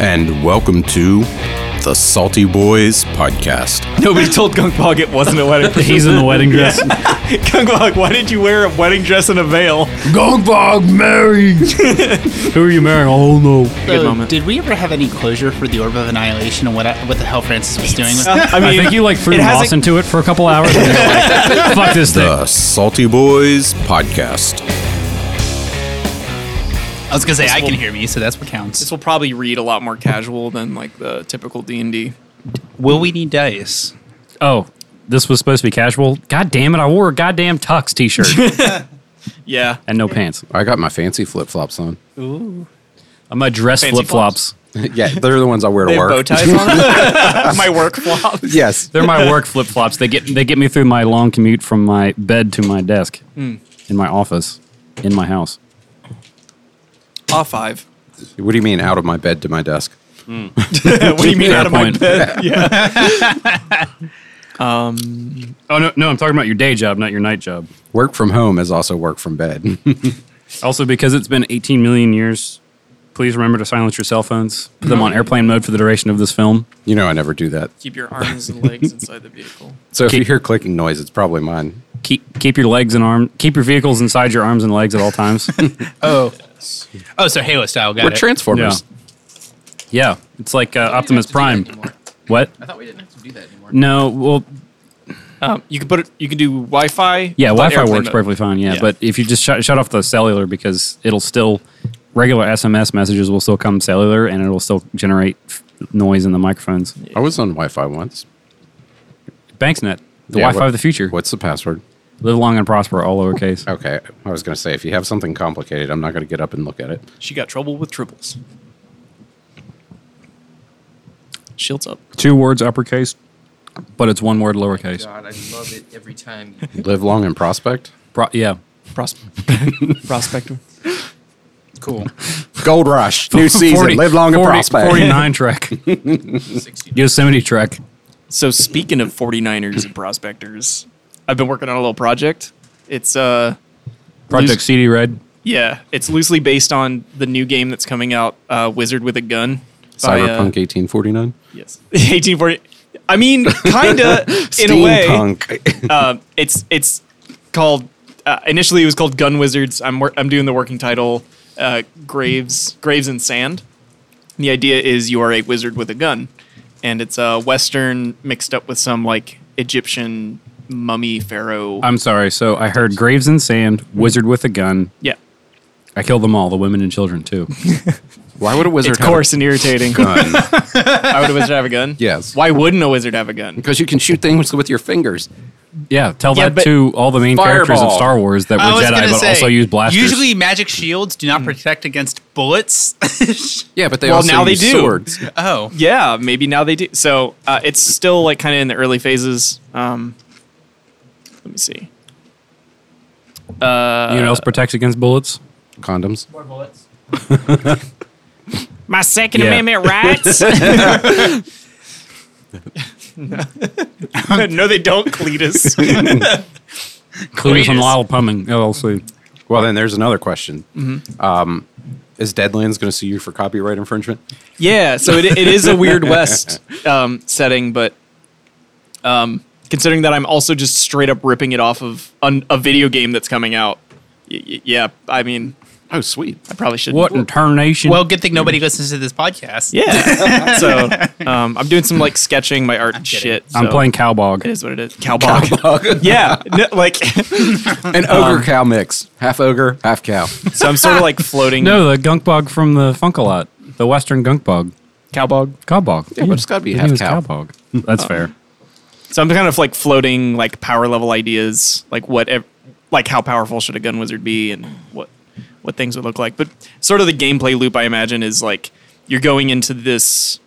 and welcome to the Salty Boys podcast. Nobody told Gunk Bog it wasn't a wedding dress. He's in the wedding dress. Gunk Bog, why did you wear a wedding dress and a veil? Gong Bog married. Who are you marrying? Oh no. So, moment. Did we ever have any closure for the Orb of Annihilation and what what the hell Francis was doing with it? I mean, I think you like threw it hasn't- moss into it for a couple hours. and you're like, Fuck this thing. The Salty Boys podcast. I was gonna say I can hear me, so that's what counts. This will probably read a lot more casual than like the typical D and D. Will we need dice? Oh, this was supposed to be casual. God damn it! I wore a goddamn tux t-shirt Yeah, and no pants. I got my fancy flip flops on. I'm a dress Fancy flip flops. yeah, they're the ones I wear to they have work. bow ties on. My work flop. Yes. They're my work flip flops. They get they get me through my long commute from my bed to my desk, Hmm. in my office, in my house. Off five. What do you mean out of my bed to my desk? what do you mean Fair out of point. my bed? Um, Yeah. Oh no, no, I'm talking about your day job, not your night job. Work from home is also work from bed. Also, because it's been 18 million years, please remember to silence your cell phones. Put them on airplane mode for the duration of this film. you know I never do that. Keep your arms and legs inside the vehicle. So if Keep- you hear clicking noise, it's probably mine. Keep keep your legs and arm. Keep your vehicles inside your arms and legs at all times. Oh, oh, so Halo style. Got We're it. yeah, Transformers. yeah. It's like uh, Optimus Prime. What? I thought we didn't have to do that anymore. No. Well, Um, you can put it. You can do Wi-Fi. yeah. but Wi-Fi airplane works mode. perfectly fine. Yeah, Yeah. but if you just shut, shut off the cellular because it'll still regular SMS messages will still come cellular and it'll still generate f- noise in the microphones. I was on Wi Fi once. BanksNet, the Yeah, Wi-Fi what- of the future. What's the password? Live long and prosper, all lowercase. Okay. I was going to say, if you have something complicated, I'm not going to get up and look at it. She got trouble with triples. Shields up. Two words uppercase, but it's one word lowercase. God, I love it every time. Live long and prospect. Pro- yeah. Pros- prospector. Cool. Gold Rush, new season. Live long and 40 prospect. 49 Trek. Yosemite Trek. So speaking of 49ers and prospectors, I've been working on a little project. It's uh Project Loose- CD Red. yeah, it's loosely based on the new game that's coming out, uh, Wizard with a Gun. by, uh, Cyberpunk 1849. Yes. 1840. I mean, kinda in a way. Steampunk. Uh, it's it's called uh, initially it was called Gun Wizards. I'm wor- I'm doing the working title, uh, Graves Graves and Sand. The idea is you are a wizard with a gun, and it's a western mixed up with some like Egyptian mummy pharaoh. I'm sorry. So I heard Graves and Sand, Wizard with a Gun. yeah, I killed them all, the women and children too. Why would a wizard it's coarse and irritating. have a gun? Why would a wizard have a gun? Yes. Why wouldn't a wizard have a gun? Because you can shoot things with your fingers. Yeah, tell Yeah, that but- to all the main characters of Fireball. Star Wars that were I was Jedi gonna but say, also use blasters. Usually, magic shields do not protect against bullets. Yeah, but they Well, also now they use do. swords. oh, Yeah, maybe now they do. So uh, it's still like kind of in the early phases. Um, let me see. uh, Anyone else protects against bullets? Condoms. My Second Yeah. Amendment rights. no, they don't, Cletus. Clueless and Lyle Pumming, LLC. Well, then there's another question. Um, Mm-hmm. is Deadlands going to sue you for copyright infringement? yeah, so it, it is a weird West um, setting, but um, considering that I'm also just straight up ripping it off of an, a video game that's coming out, y- y- yeah, I mean, Oh, sweet. I probably shouldn't. What in tarnation? well, good thing nobody listens to this podcast. Yeah. so um, I'm doing some like sketching my art and kidding. shit. I'm so playing Cowbog. It is what it is. Cowbog. yeah. no, like, Oh, An ogre cow mix. Half ogre, half cow. so I'm sort of like floating. No, the gunk bog from the Funkalot, the Western gunk bog. Cowbog. Cowbog. Yeah, but it's gotta be His half name is cow. Uh. Cowbog. That's fair. So I'm kind of like floating like power level ideas, like what, ev- like how powerful should a gun wizard be, and what what things would look like. But sort of the gameplay loop I imagine is like you're going into this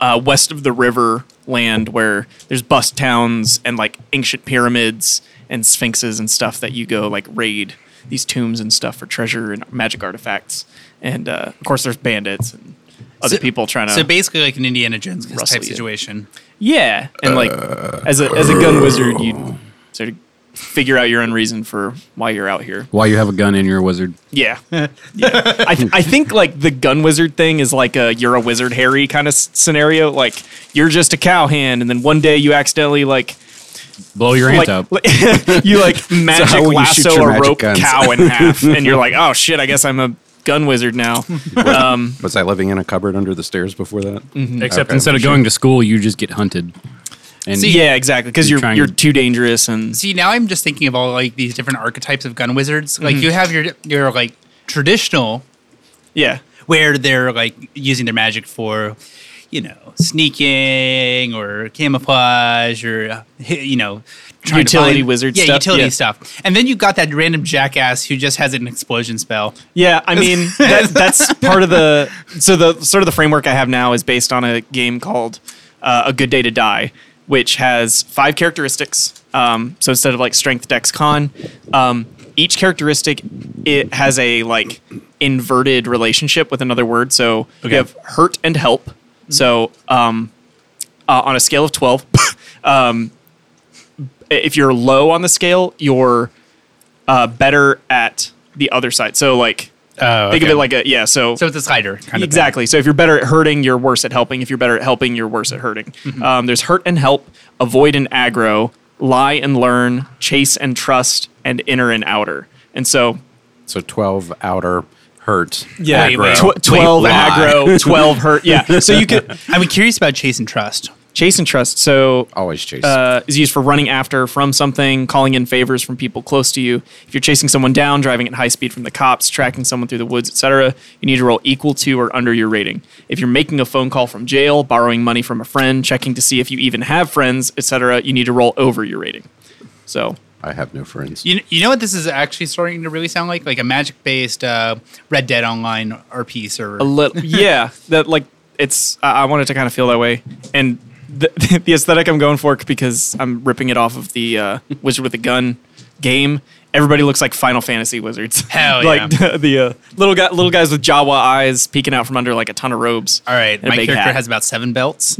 uh, west of the river land where there's bust towns and like ancient pyramids and sphinxes and stuff that you go like raid these tombs and stuff for treasure and magic artifacts. And uh, of course, there's bandits and other So- people trying to So basically, like an Indiana Jones Rustle type you. situation. yeah, and like as a as a gun wizard, you sort of figure out your own reason for why you're out here. While you have a gun and you're a wizard. Yeah, yeah. I, th- I think like the gun wizard thing is like a you're a wizard Harry kind of s- scenario. Like you're just a cowhand, and then one day you accidentally like Blow your like, hand up. like- you like magic will you shoot lasso your a magic rope guns? cow in half, and you're like, oh shit, I guess I'm a gun wizard now. Um, Was I living in a cupboard under the stairs before that? Mm-hmm. Except Okay, instead of sure. going to school, you just get hunted. And so yeah, exactly, because You're you're trying- you're too dangerous and See, now I'm just thinking of all like these different archetypes of gun wizards. Like Mm-hmm. you have your your like traditional yeah. where they're like using their magic for, you know, sneaking or camouflage or uh, hi- you know, trying to Utility wizard yeah, stuff, utility yeah. stuff. And then you got that random jackass who just has an explosion spell. Yeah, I mean that, that's part of the so the sort of the framework I have now is based on a game called uh, A Good Day to Die, which has five characteristics. Um, so instead of like strength, dex, con, um, each characteristic it has a like inverted relationship with another word. So you have hurt and help. So um, uh, on a scale of twelve, um, if you're low on the scale, you're uh, better at the other side. So like Oh, think of it like a yeah. So, so it's a slider kind of exactly. So if you're better at hurting, you're worse at helping. If you're better at helping, you're worse at hurting. Mm-hmm. Um, there's hurt and help, avoid and aggro, lie and learn, chase and trust, and inner and outer. And so So 12 outer hurt. yeah, aggro. wait, tw- twelve lie. aggro, twelve hurt. Yeah. So you could Thing. I'm curious about chase and trust. chase and trust. So Always chase. uh, is used for running after from something, calling in favors from people close to you. If you're chasing someone down, driving at high speed from the cops, tracking someone through the woods, etc., you need to roll equal to or under your rating. If you're making a phone call from jail, borrowing money from a friend, checking to see if you even have friends, etc., you need to roll over your rating. So I have no friends. You, you know what this is actually starting to really sound like? Like a magic based uh, Red Dead Online RP server. a little, yeah, that like it's. I, I wanted to kind of feel that way, and the, the aesthetic I'm going for because I'm ripping it off of the uh, Wizard with a Gun game. Everybody looks like Final Fantasy wizards. Hell like yeah. the, uh, little guy, little guys with Jawa eyes peeking out from under like a ton of robes. All right, and a my big character hat. has about seven belts.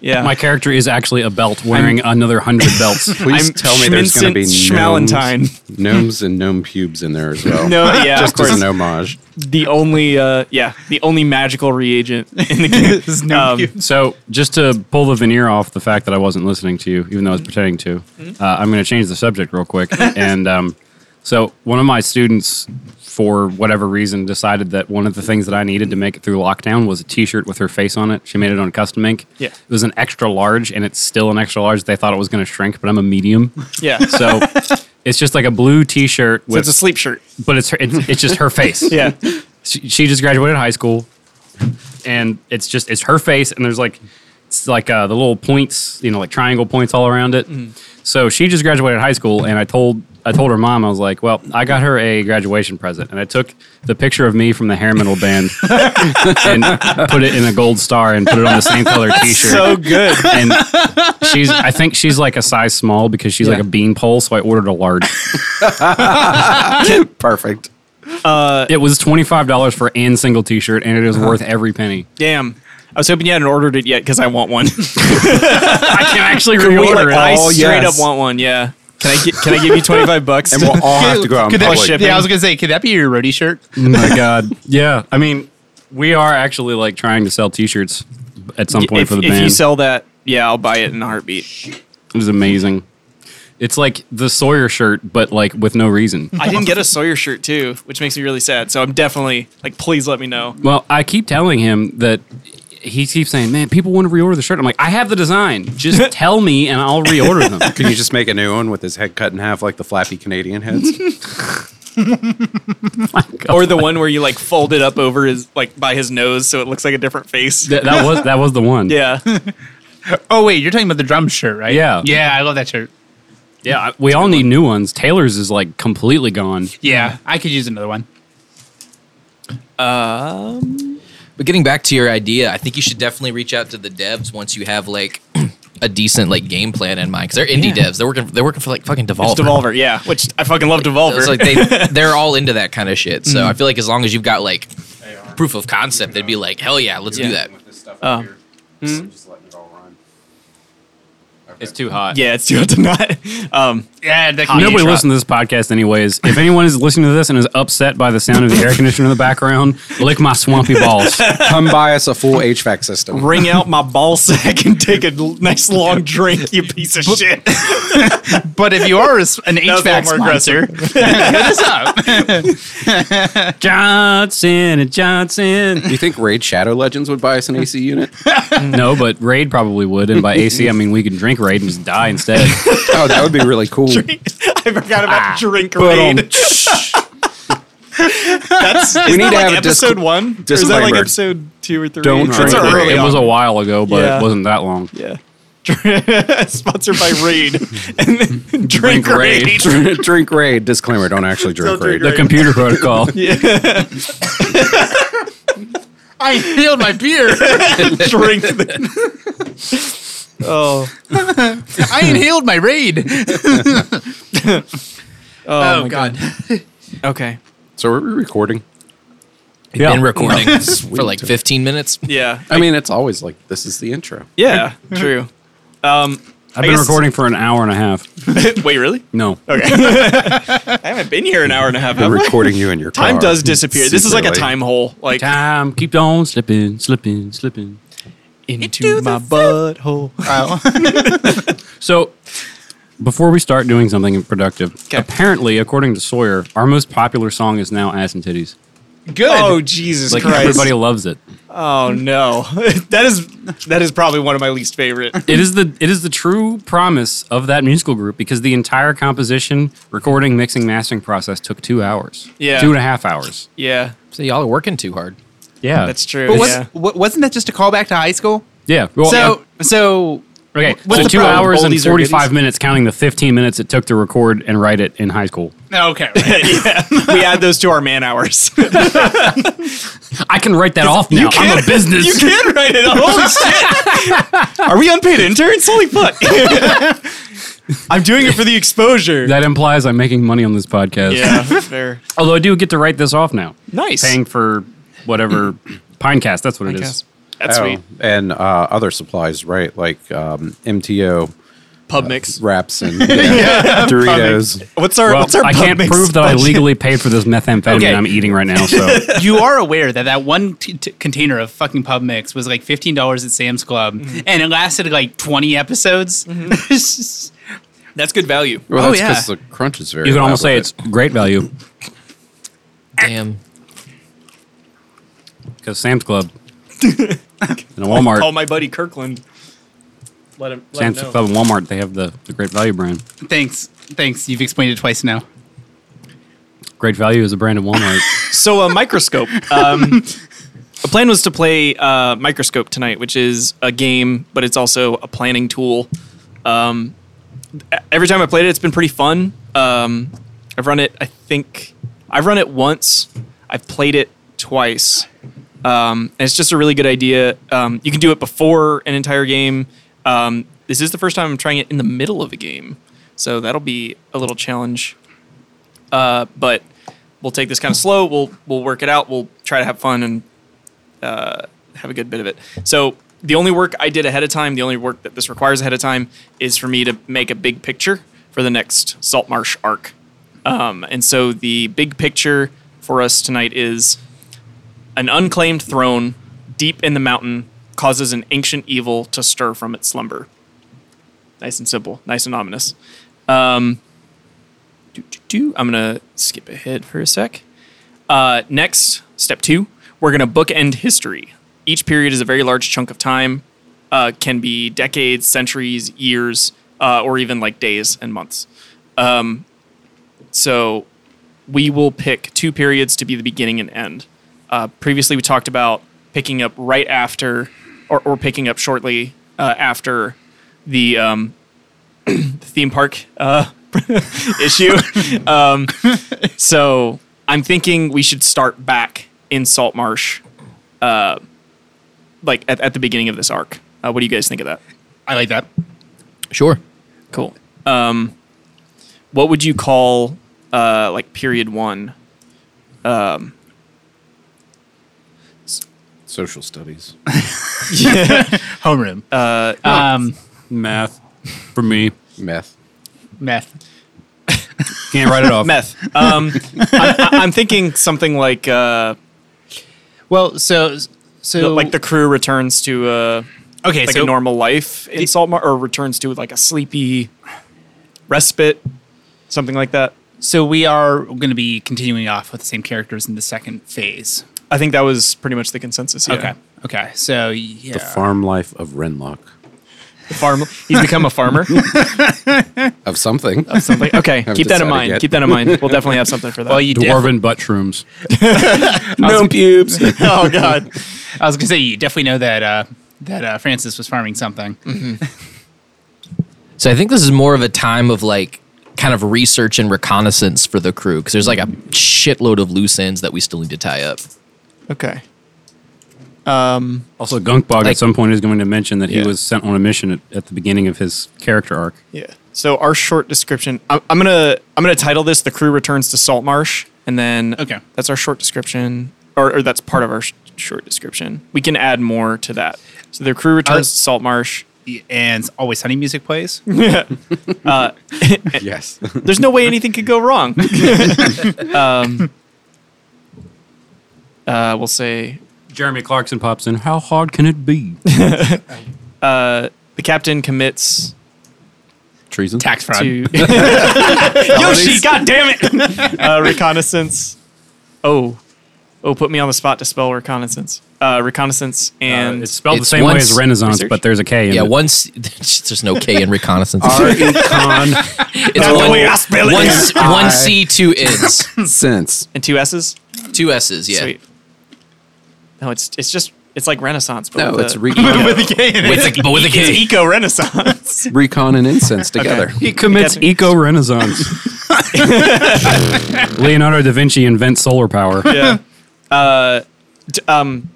yeah. My character is actually a belt wearing another hundred belts. Please I'm tell me there's going to be Schmincent gnomes, gnomes and gnome pubes in there as well. no, yeah, just of course. as an homage. The only, uh, yeah, the only magical reagent in the game Um, is gnome cube. So, just to pull the veneer off the fact that I wasn't listening to you, even though I was pretending to, Mm-hmm. uh, I'm going to change the subject real quick. and um, so, one of my students, for whatever reason, decided that one of the things that I needed to make it through lockdown was a t shirt with her face on it. She made it on custom ink. Yeah. It was an extra large, and it's still an extra large. They thought it was going to shrink, but I'm a medium. Yeah, so So, it's just like a blue t shirt with it's a sleep shirt. but it's her, it's, it's just her face. Yeah. she, she just graduated high school, and it's just it's her face, and there's like it's like uh, the little points, you know, like triangle points all around it. Mm-hmm. So she just graduated high school, and I told I told her mom I was like, well, I got her a graduation present, and I took the picture of me from the hair metal band and put it in a gold star and put it on the same color T-shirt. So good. and she's I think she's like a size small because she's like a bean pole, so I ordered a large. Perfect. Uh, It was twenty five dollars for an single T shirt, and it is worth every penny. Damn. I was hoping you hadn't ordered it yet because I want one. I can actually Like, reorder it. I Oh, straight yes. up want one. Yeah. Can I gi- can I give you twenty five bucks? And we'll all have to go out in Could that- public. shipping. yeah, I was gonna say, could that be your roadie shirt? Oh my god! Yeah, I mean, we are actually like trying to sell T shirts at some point if, for the if band. you sell that, yeah, I'll buy it in a heartbeat. it is amazing. It's like the Sawyer shirt, but like with no reason. I didn't get a Sawyer shirt too, which makes me really sad. So I'm definitely like, please let me know. well, I keep telling him that. He keeps saying, "Man, people want to reorder the shirt." I'm like, "I have the design. Just tell me, and I'll reorder them." Can you just make a new one with his head cut in half like the flappy Canadian heads? Or the one where you like fold it up over his like by his nose, so it looks like a different face. That, that was that was the one. Yeah, Oh wait, you're talking about the drum shirt, right? Yeah. Yeah, I love that shirt. yeah. I- We all need new ones. Taylor's is like completely gone. Yeah, I could use another one. But getting back to your idea, I think you should definitely reach out to the devs once you have like a decent like game plan in mind because they're indie devs. They're working. They're working for like fucking Devolver. it's Devolver. Yeah, which I fucking love Devolver. It's like they they're all into that kind of shit. So I feel like as long as you've got like proof of concept, they'd be like, hell yeah, let's do Yeah. that. Hmm? With this stuff Um, up here. Just- just letting it all run. Okay. It's too hot. Yeah, it's too hard to not. Um, Yeah, that can be a Nobody truck. listens to this podcast, anyways. If anyone is listening to this and is upset by the sound of the air conditioner in the background, lick my swampy balls. Come buy us a full HVAC system. wring out my ball sack and take a l- nice long drink, you piece of shit. But if you are a s- an was a lot HVAC more sponsor, hit us up. Johnson and Johnson. Do you think Raid Shadow Legends would buy us an AC unit? No, but Raid probably would. And by AC, I mean we can drink Raid and just die instead. Oh, that would be really cool. I forgot about drink But um, raid. That's we need to like have a episode discl- one. Or is that like disclaimer. episode two or three? Don't That's drink our raid. early it was a on. while ago, but Yeah. it wasn't that long. yeah. Sponsored by Raid and then drink, raid. drink Raid. Disclaimer: Don't actually drink Don't drink Raid. The computer protocol. I inhaled my beer. drink. The- oh, I inhaled my raid. oh, Oh, my God. Okay. So are we recording? Yeah. Been recording for like 15 minutes. Yeah. I mean, it's always like this is the intro. Yeah. True. Um. I've I been guess- recording for an hour and a half. Wait, really? No. I haven't been here an hour and a half. We're have I? recording you in your Time car. does disappear. This is like a Secretly. time hole. Like Time keep on slipping, slipping, slipping. into my butthole. So, before we start doing something productive, Okay. apparently, according to Sawyer, our most popular song is now "Ass and Titties." Good. Oh Jesus Like Christ! everybody loves it. Oh no, that is that is probably one of my least favorite. It is the it is the true promise of that musical group because the entire composition, recording, mixing, mastering process took two hours. Yeah. two and a half hours. Yeah, So y'all are working too hard. Yeah, that's true. But was, yeah. wa- wasn't that just a callback to high school? Yeah. Well, so, so uh, okay, what's so the two problem? hours and Oldies or forty five goodies? minutes, counting the fifteen minutes it took to record and write it in high school. okay. right. yeah, we add those to our man hours. I can write that off now. I'm a business. you can write it. Holy shit! Are we unpaid interns? Holy fuck! I'm doing it for the exposure. That implies I'm making money on this podcast. yeah, fair. Although I do get to write this off now. Nice. Paying for whatever Pinecast. That's what it is. That's Oh, sweet. And uh, other supplies, right? Like um, MTO Pub mix. wraps and yeah, Doritos. What's our Well, what's our I pub can't mix prove that I budget? legally paid for this methamphetamine Okay. I'm eating right now. So you are aware that that one t- t- container of fucking pub mix was like fifteen dollars at Sam's Club, and it lasted like twenty episodes. That's good value. Well, Oh, that's yeah. because the crunch is very. you can almost say elaborate. it's great value Damn. because Sam's Club and a Walmart, Call my buddy Kirkland. Let him. Let him Sam's know. Club and Walmart, they have the, the Great Value brand. thanks, thanks. You've explained it twice now. Great Value is a brand of Walmart. So a microscope. Um, the plan was to play uh, microscope tonight, which is a game, but it's also a planning tool. Um, e- every time I played it, it's been pretty fun. Um, I've run it. I think I've run it once. I've played it twice. Um, and it's just a really good idea. Um, you can do it before an entire game. Um, this is the first time I'm trying it in the middle of a game, so that'll be a little challenge uh, but we'll take this kind of slow. We'll we'll work it out. We'll try to have fun and uh, have a good bit of it. So the only work I did ahead of time, the only work that this requires ahead of time, is for me to make a big picture for the next Salt Marsh arc. Um, and so the big picture for us tonight is an unclaimed throne deep in the mountain causes an ancient evil to stir from its slumber. Nice and simple, nice and ominous. Um, do, do, do. I'm going to skip ahead for a sec. Uh, next, step two, we're going to bookend history. Each period is a very large chunk of time, uh, can be decades, centuries, years, uh, or even like days and months. Um, so we will pick two periods to be the beginning and end. Uh, previously, we talked about picking up right after or, or picking up shortly uh, after the um, theme park uh, issue. um, so I'm thinking we should start back in Salt Marsh, uh, like at, at the beginning of this arc. Uh, what do you guys think of that? I like that. Sure. Cool. Um, what would you call uh, like period one? social studies. Homeroom. Uh, um, Math. for me. Meth. Meth. Can't write it off. Meth. Um, I'm, I'm thinking something like uh, Well, so so like the crew returns to uh, okay, like so a normal life in Saltmarsh, or returns to like a sleepy respite, something like that. so we are going to be continuing off with the same characters in the second phase. I think that was pretty much the consensus. Yeah. Okay. Okay. So yeah. The farm life of Renlock. The farm. He's become a farmer. Of something. something. Okay, Haven't keep that decided in mind. yet. Kett. Keep that in mind. We'll definitely have something for that. well, you def- Dwarven butt shrooms. no pubes. oh god. I was going to say you definitely know that uh, that uh, Francis was farming something. Mm-hmm. So I think this is more of a time of like kind of research and reconnaissance for the crew because there's like a shitload of loose ends that we still need to tie up. Okay. Um. Also, Gunkbog Like- at some point is going to mention that Yeah. he was sent on a mission at, at the beginning of his character arc. Yeah. So our short description. I'm, I'm gonna I'm gonna title this "The Crew Returns to Saltmarsh," and then Okay. that's our short description, or, or that's part of our sh- short description. We can add more to that. So the crew returns to Saltmarsh. And always honey music plays. yes. There's no way anything could go wrong. um. Uh, we'll say Jeremy Clarkson pops in. How hard can it be? uh, the captain commits Treason. Tax fraud. to Yoshi. God damn it! Uh, reconnaissance. Oh, oh, put me on the spot to spell reconnaissance. Uh, reconnaissance and it's spelled the It's same way once- as Renaissance, Research? but there's a K in Yeah, it. once there's no K in reconnaissance. Recon. it's That's one, the way I spell it. one s- one C, two N's, Sense. and two S's. two S's. Yeah, Sweet. No, it's it's just it's like Renaissance. But No, with it's a- recon, With a K in it. with a, but with a it's K. eco Renaissance. recon and incense together. he commits Captain- eco Renaissance. Leonardo da Vinci invents solar power. yeah. Uh, d- um.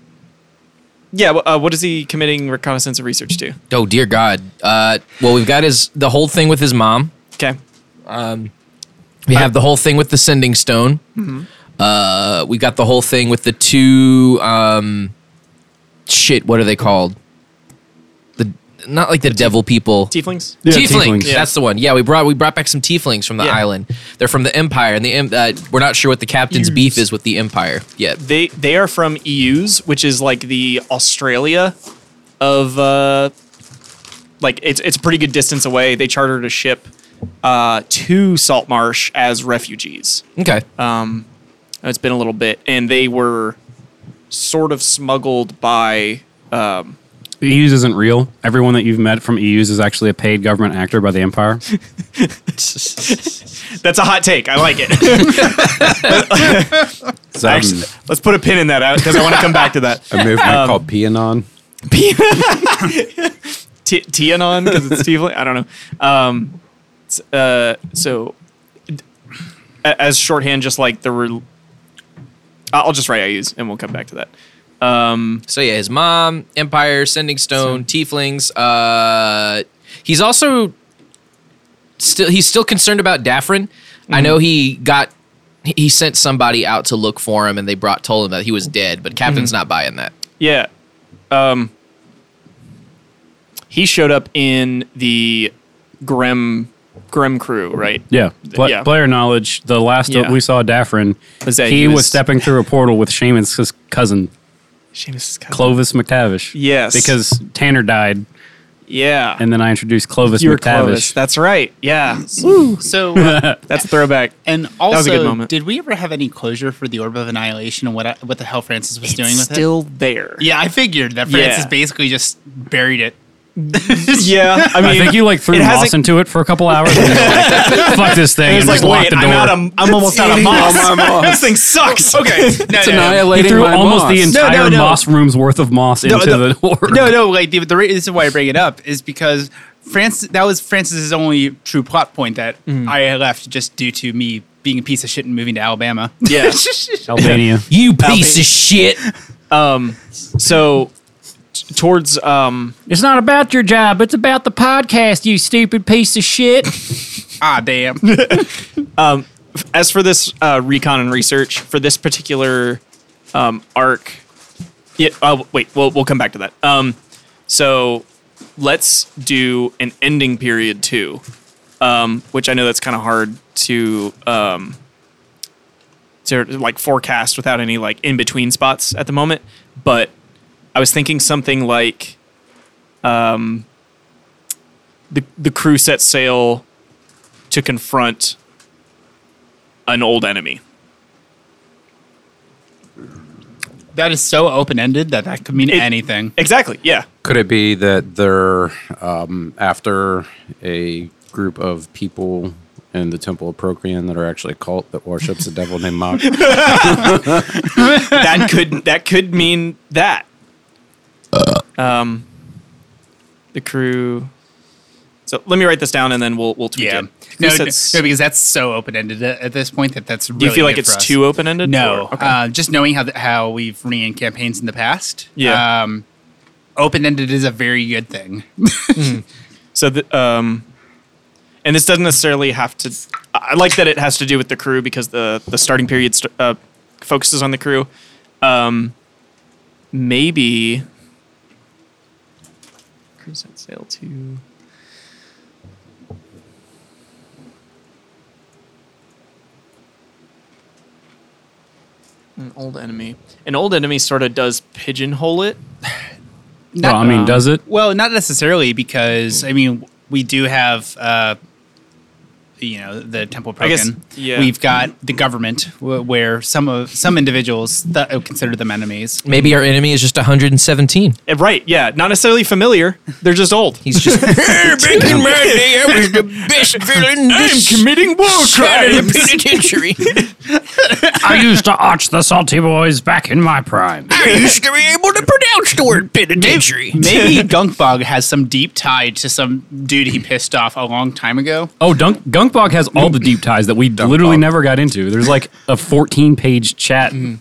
Yeah. wh- Uh, what is he committing reconnaissance and research to? Oh dear God. Uh, well, we've got his the whole thing with his mom. Okay. We have the whole thing with the sending stone. Mm-hmm. Uh, we got the whole thing with the two um, shit. What are they called? The not like the, devil people. Tieflings. Yeah, tieflings. tieflings. That's the one. Yeah, we brought we brought back some tieflings from the Yeah. island. They're from the empire, and the em- uh, we're not sure what the captain's beef is with the empire yet. They they are from EU's, which is like the Australia of uh, like it's it's a pretty good distance away. They chartered a ship uh, to Saltmarsh as refugees. Okay. It's been a little bit, and they were sort of smuggled by. Um, The EU's isn't real. Everyone that you've met from EU's is actually a paid government actor by the Empire. that's a hot take. I like it. So, Actually, let's put a pin in that because I want to come back to that. a movement called Pianon. T- Tianon because it's Tiefling. I don't know. Um, s- uh, so, d- a- as shorthand, just like the. Re- I- I'll just write I use, and we'll come back to that. So yeah, his mom, Empire, Sending Stone, Tieflings. Uh, he's also still he's still concerned about Daffrin. I know he got he- he sent somebody out to look for him, and they brought told him that he was dead. But Captain's not buying that. Yeah. Um, he showed up in the Grim Grim crew, right? Yeah. Pla- Yeah. Player knowledge. The last Yeah. we saw Daffrin, Was he, that he was, was- stepping through a portal with Shaman's his cousin, Seamus Clover. Clovis McTavish. Yes. Because Tanner died, Yeah. and then I introduced Clovis you were McTavish. Clovis. That's right. Yeah. So uh, That's a throwback. and was a good also, moment. did we ever have any closure for the Orb of Annihilation and what I, what the hell Francis was doing with it? still there. Yeah, I figured that Francis Yeah. basically just buried it. Yeah. I mean, I think you like threw it hasn't- moss into it for a couple hours. and you were like, Fuck this thing! It's And like, just wait, locked the I'm, door. out of, I'm almost out of moss. this thing sucks. Okay. No, It's no, no. he annihilating threw my almost the moss. entire no. moss room's worth of moss into no. the orb. No, no. Like the, the re- this is why I bring it up is because France. That was Francis's only true plot point that Mm-hmm. I left just due to me being a piece of shit and moving to Alabama. Yeah. Albania. You piece of shit! So, t- towards um, It's not about your job. It's about the podcast. You stupid piece of shit. ah, damn. as for this uh, recon and research for this particular um, arc, yeah. Uh, wait, we'll we'll come back to that. Um, so let's do an ending period too, um, which I know that's kind of hard to um, to like forecast without any like in between spots at the moment. But I was thinking something like um, the the crew set sail to confront an old enemy. That is so open ended that that could mean It- anything. Exactly. Yeah. Could it be that they're um, after a group of people in the Temple of Procreon that are actually a cult that worships a devil named Mach? that could that could mean that. Um, the crew. So let me write this down, and then we'll we'll tweet Yeah. it. No, Who no, sets- no, because that's so open ended at at this point that that's. Really do you feel like good for it's us. too open ended? No, uh, just knowing how the, how we've ran campaigns in the past. Yeah. um, open ended is a very good thing. so the, um, and this doesn't necessarily have to. I I like that it has to do with the crew because the the starting period st- uh, focuses on the crew. Um, maybe. Crew set sail to. An old enemy. An old enemy sort of does pigeonhole it. Well, I mean, does it? Well, not necessarily because I mean we do have uh, you know the temple I program. guess- yeah. We've got the government wh- where some of some individuals th- uh, consider them enemies. Maybe our enemy is just 117. Eh, Right, yeah. Not necessarily familiar. They're just old. He's just back in my day, I was the best villain. this committing war side of the penitentiary. I used to arch the salty boys back in my prime. I used to be able to pronounce the word penitentiary. Maybe Gunkbog has some deep tie to some dude he pissed off a long time ago. Oh, Dunk Gunkbog has all the deep ties that we literally never got into. There's like a 14 page chat. I, that, like,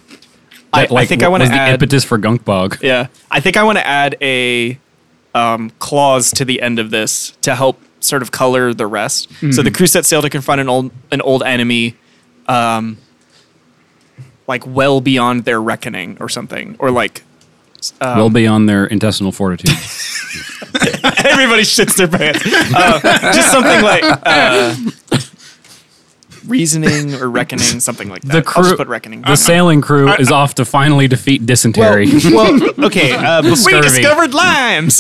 Mm-hmm. I think I wa- want to was the add. impetus for Gunkbog. yeah, I think I want to add a um, clause to the end of this to help sort of color the rest. So Mm-hmm. the crew set sail to confront an old an old enemy, um, like well beyond their reckoning or something, or like well beyond their intestinal fortitude. everybody shits their pants. Uh, just something like. Uh, Reasoning or reckoning, something like that. The I'll crew- just put reckoning. Uh-huh. the sailing crew is off to finally defeat dysentery, Well, okay. Uh, before, we scurvy. discovered limes.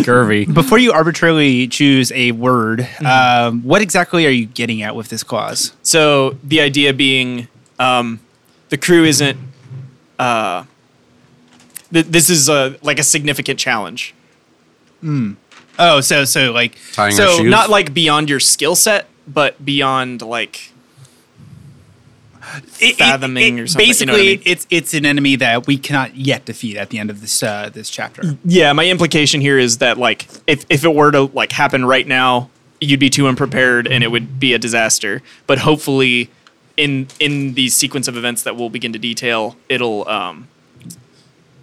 scurvy. before you arbitrarily choose a word, um, what exactly are you getting at with this clause? So the idea being, um, the crew isn't. Uh, th- this is a, like a significant challenge, Oh, so so like Tying so our shoes. not like beyond your skill set, but beyond like it- it- fathoming it- or something, you know Basically, what I mean? it's it's an enemy that we cannot yet defeat at the end of this uh, this chapter. yeah. My implication here is that like if if it were to like happen right now, you'd be too unprepared and it would be a disaster. But hopefully, in in the sequence of events that we'll begin to detail, it'll um, y-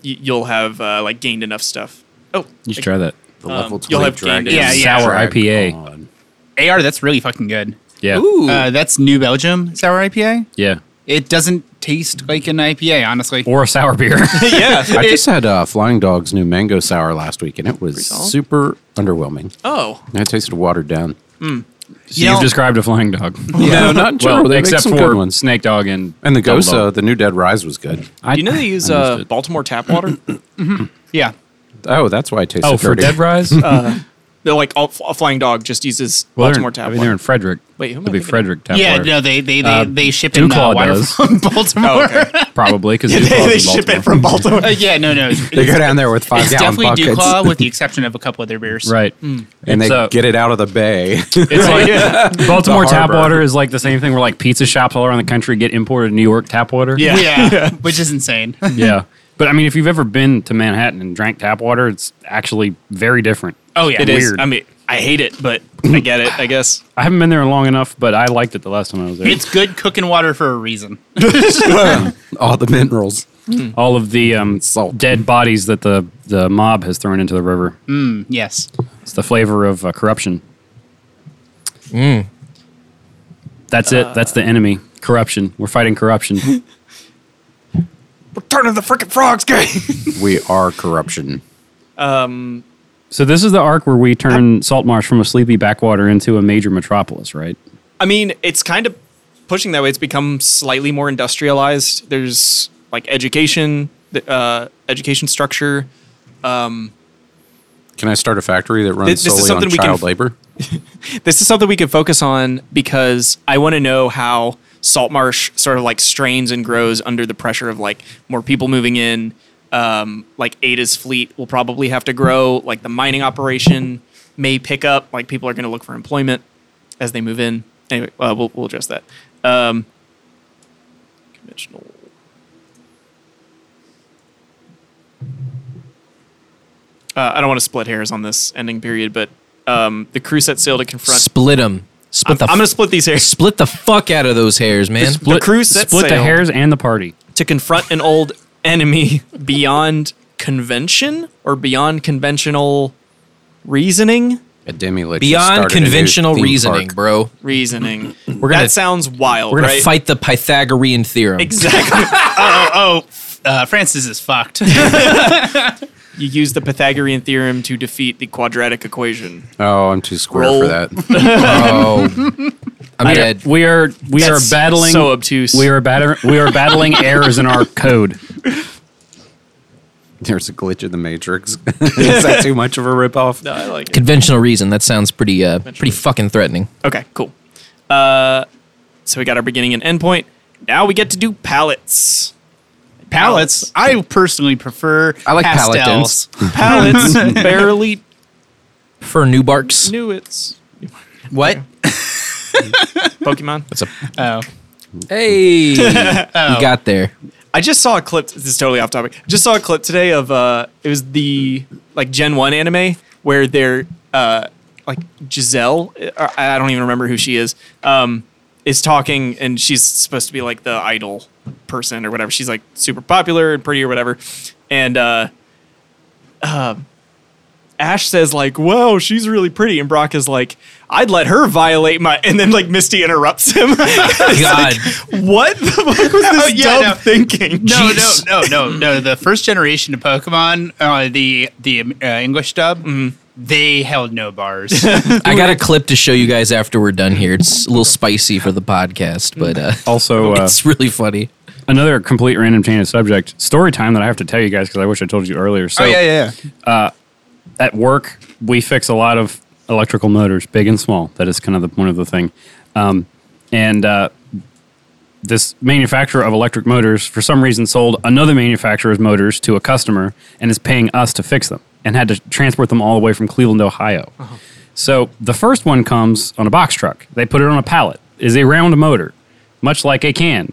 you'll have uh, like gained enough stuff. Oh, You should try that. the um, level you'll 20 have dragon. gained- Yeah, yeah. Sour Drag IPA. on. AR, that's really fucking good. Yeah. Uh, that's New Belgium sour IPA. Yeah. It doesn't taste like an IPA, honestly. Or a sour beer. yeah. I just had uh, Flying Dog's new mango sour last week, and it was super underwhelming. Oh, It tasted watered down. So you've described a flying dog. No, not in Well, general. They make except some for good ones. Snake Dog and And the Double Gosa, Dog. the new Dead Rise was good. I, you know they use I missed uh, it. Baltimore tap water. yeah. Oh, Uh, that's why it tasted Oh, for dirty. Dead Rise? They're like all, a flying dog just uses Well, they're, Baltimore in, tap I mean, water. they're in Frederick. Wait, who am I It'd be thinking of? Frederick Tap Yeah, Water. no, they they they, Uh, they ship in Duclaw uh, water does. from Baltimore. Oh, okay. Probably because they ship it from Baltimore. Uh, yeah, no, no. It's, They go down there with five it's gallon definitely buckets, Duclaw, with the exception of a couple other beers. Right. Hmm. and they It's, uh, get it out of the bay. It's like Baltimore The tap harbor. water is like the same thing where like pizza shops all around the country get imported New York tap water. Yeah. Yeah, which is insane. Yeah. But I mean, if you've ever been to Manhattan and drank tap water, it's actually very different. Oh yeah, It is. Weird. I mean, I hate it, but I get it. I guess. I haven't been there long enough, but I liked it the last time I was there. It's good cooking water for a reason. All the minerals. all of the um, Salt. dead bodies that the, the mob has thrown into the river. Yes. It's the flavor of uh, corruption. That's it. That's the enemy. Corruption. We're fighting corruption. Return of the frickin' frogs, guy. Um, We are corruption. So this is the arc where we turn Saltmarsh from a sleepy backwater into a major metropolis, right? I mean, it's kind of pushing that way. It's become slightly more industrialized. There's like education, the, uh, education structure. Can I start a factory that runs This- this is solely on something we can child f- labor? This is something we could focus on because I want to know how Saltmarsh sort of like strains and grows under the pressure of like more people moving in. Um, like Ada's fleet will probably have to grow. Like the mining operation may pick up. Like people are going to look for employment as they move in. Anyway, uh, we'll, we'll address that. Um, conventional. Uh, I don't want to split hairs on this ending period, but um, the crew set sail to confront. Split them. Split I'm, the. I'm gonna split these hairs. split the fuck out of those hairs, man. the crew set Split the sail hairs and the party. to confront an old enemy beyond convention or beyond conventional reasoning. A demi-lich has Beyond started a new conventional theme reasoning, park. bro. Reasoning. We're gonna- that sounds wild. We're gonna right? fight the Pythagorean theorem. Exactly. Oh, uh, Francis is fucked. you use the Pythagorean theorem to defeat the quadratic equation. Oh, I'm too square Roll. for that. Oh, I'm dead. We are we That's are battling so obtuse. We are batter- we are battling errors in our code. There's a glitch in the Matrix. is that too much of a ripoff? No, I like it. Conventional reason. That sounds pretty, uh, pretty fucking threatening. Okay, cool. Uh, so we got our beginning and end point. Now we get to do palettes. Palettes. I personally prefer. I like pastels. Oh. Palettes barely For new barks. knew it's What? Pokemon. That's a. Oh. Hey, you got there. I just saw a clip. This is totally off topic. Just saw a clip today of uh, it was the like Gen One anime where they're uh, like Giselle. Or I I don't even remember who she is. Um, is talking and she's supposed to be like the idol person or whatever. She's like super popular and pretty or whatever. And uh, um, Ash says like, "Whoa, she's really pretty," and Brock is like, "I'd let her violate my." And then like Misty interrupts him. It's God. like, what the fuck was this Oh, yeah, dumb no. thinking? No, no, Jeez. no, no, no. The first generation of Pokemon, uh, the the um, uh, English dub, they held no bars. I got a clip to show you guys after we're done here. It's a little spicy for the podcast, but uh, Oh, Also, uh, it's really funny. another complete random change of subject. Story time that I have to tell you guys because I wish I told you earlier. So Oh, uh, yeah, yeah. at work, we fix a lot of electrical motors, big and small. That is kind of the point of the thing. Um, and uh, this manufacturer of electric motors, for some reason, sold another manufacturer's motors to a customer and is paying us to fix them and had to transport them all the way from Cleveland, Ohio. Uh-huh. So the first one comes on a box truck. They put it on a pallet. Is a round motor, much like a can.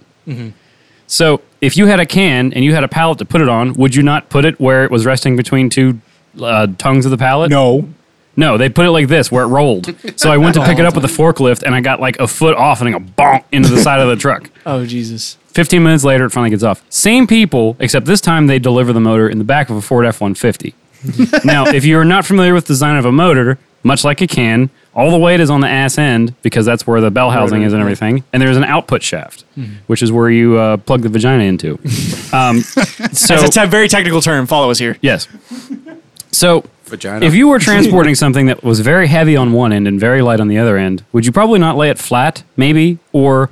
So if you had a can and you had a pallet to put it on, would you not put it where it was resting between two uh, tongues of the pallet? No. No, they put it like this, where it rolled. So I went to pick it up with a forklift, and I got like a foot off, and I go bonk into the side of the truck. Oh Jesus. 15 minutes later, it finally gets off. Same people, except this time they deliver the motor in the back of a Ford F 150. now, if you're not familiar with the design of a motor, much like a can, all the weight is on the ass end because that's where the bell housing is and everything. And there's an output shaft, Hmm. which is where you uh, plug the vagina into. Um, so, It's a very technical term. Follow us here. yes. So, Vagina. if you were transporting something that was very heavy on one end and very light on the other end, would you probably not lay it flat, maybe? Or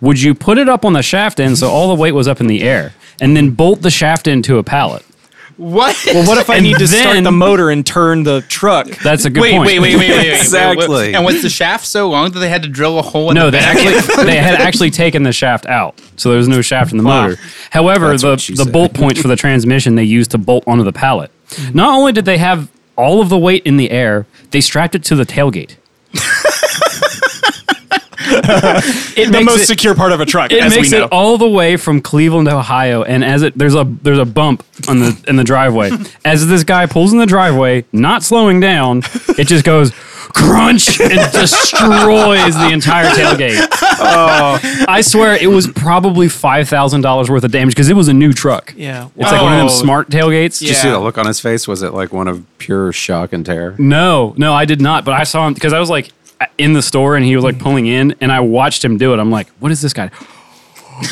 would you put it up on the shaft end so all the weight was up in the air and then bolt the shaft into a pallet? What? Well, what if I And need to start then- the motor and turn the truck? That's a good wait, point. wait, wait, wait, wait, wait. Exactly. And was the shaft so long that they had to drill a hole in No, they the back? actually they had actually taken the shaft out, so there was no shaft in the motor. However, That's the what she the said. bolt points for the transmission they used to bolt onto the pallet. Mm-hmm. Not only did they have all of the weight in the air, they strapped it to the tailgate. It the most secure part of a truck, It as we makes know. it all the way from Cleveland, Ohio, and as it there's a there's a bump on the in the driveway. As this guy pulls in the driveway, not slowing down, it just goes crunch and destroys the entire tailgate. Oh. I swear it was probably five thousand dollars worth of damage because it was a new truck. Yeah. it's like one of them Whoa. smart tailgates. Did you see Yeah. the look on his face? Was it like one of pure shock and terror? No, no, I did not. But I saw him because I was like in the store and he was like pulling in, and I watched him do it. I'm like, what is this guy?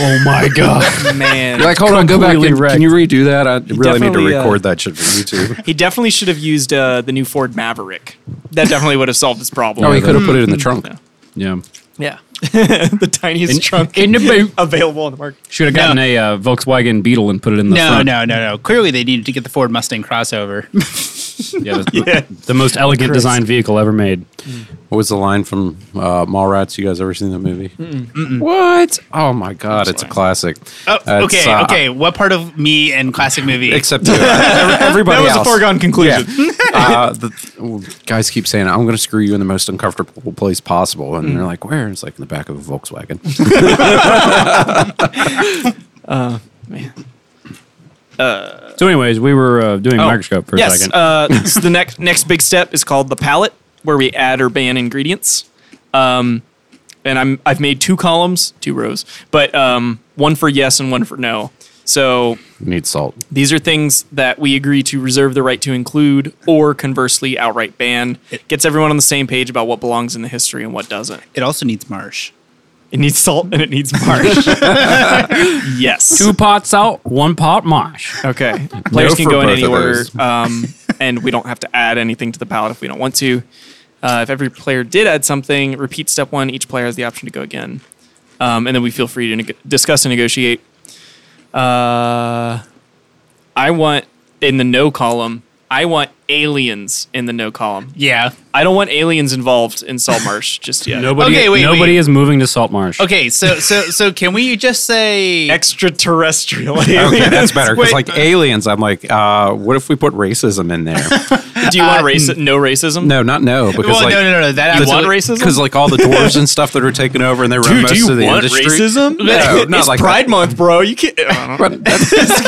Oh my god! Man, Like, hold on, go back. Completely And, wrecked. can you redo that? I really need to definitely, uh, record that shit for YouTube. he definitely should have used uh, the new Ford Maverick. That definitely would have solved his problem. Oh, he could have put it in the trunk. Yeah. Yeah, the tiniest trunk in the boot. available on the market. Should have gotten a uh, Volkswagen Beetle and put it in the No, front. no, no, no. Clearly, they needed to get the Ford Mustang crossover. Yeah, the, the most elegant designed vehicle ever made. What was the line from uh, Mallrats? You guys ever seen that movie? What? Oh my god, it's a classic. oh, That's, okay, uh, okay. What part of me and classic movie? Except you. everybody That was a else. foregone conclusion. uh, the guys keep saying, "I'm going to screw you in the most uncomfortable place possible," and they're like, "Where?" And it's like in the back of a Volkswagen. So, anyways, we were uh, doing microscope for Oh. yes, a second. uh, so the next next big step is called the palette, where we add or ban ingredients. Um, and I'm I've made two columns, two rows, but um, one for yes and one for no. So Need salt. these are things that we agree to reserve the right to include, or conversely, outright ban. It gets everyone on the same page about what belongs in the history and what doesn't. it also needs marsh. It needs salt and it needs marsh. yes. Two pots out, one pot marsh. Okay. Players can for go in both any of order, those. um, and we don't have to add anything to the palette if we don't want to. Uh, if every player did add something, repeat step one. Each player has the option to go again, um, and then we feel free to neg- discuss and negotiate. Uh, I want in the no column. I want aliens in the no column. Yeah. I don't want aliens involved in Saltmarsh just yet. Nobody, Okay, wait, nobody wait. is moving to salt marsh. Okay, so so so can we just say Extraterrestrial aliens. Okay, that's better because Wait. like aliens, I'm like, uh, what if we put racism in there? Do you want raci- no racism? Uh, no, not no because Well, like. no, no, no, no. That You absolutely- want racism? Because like all the dwarves and stuff that are taking over, and they run most of the industry. No, not like that. Month, bro. You can't. I don't know. But that's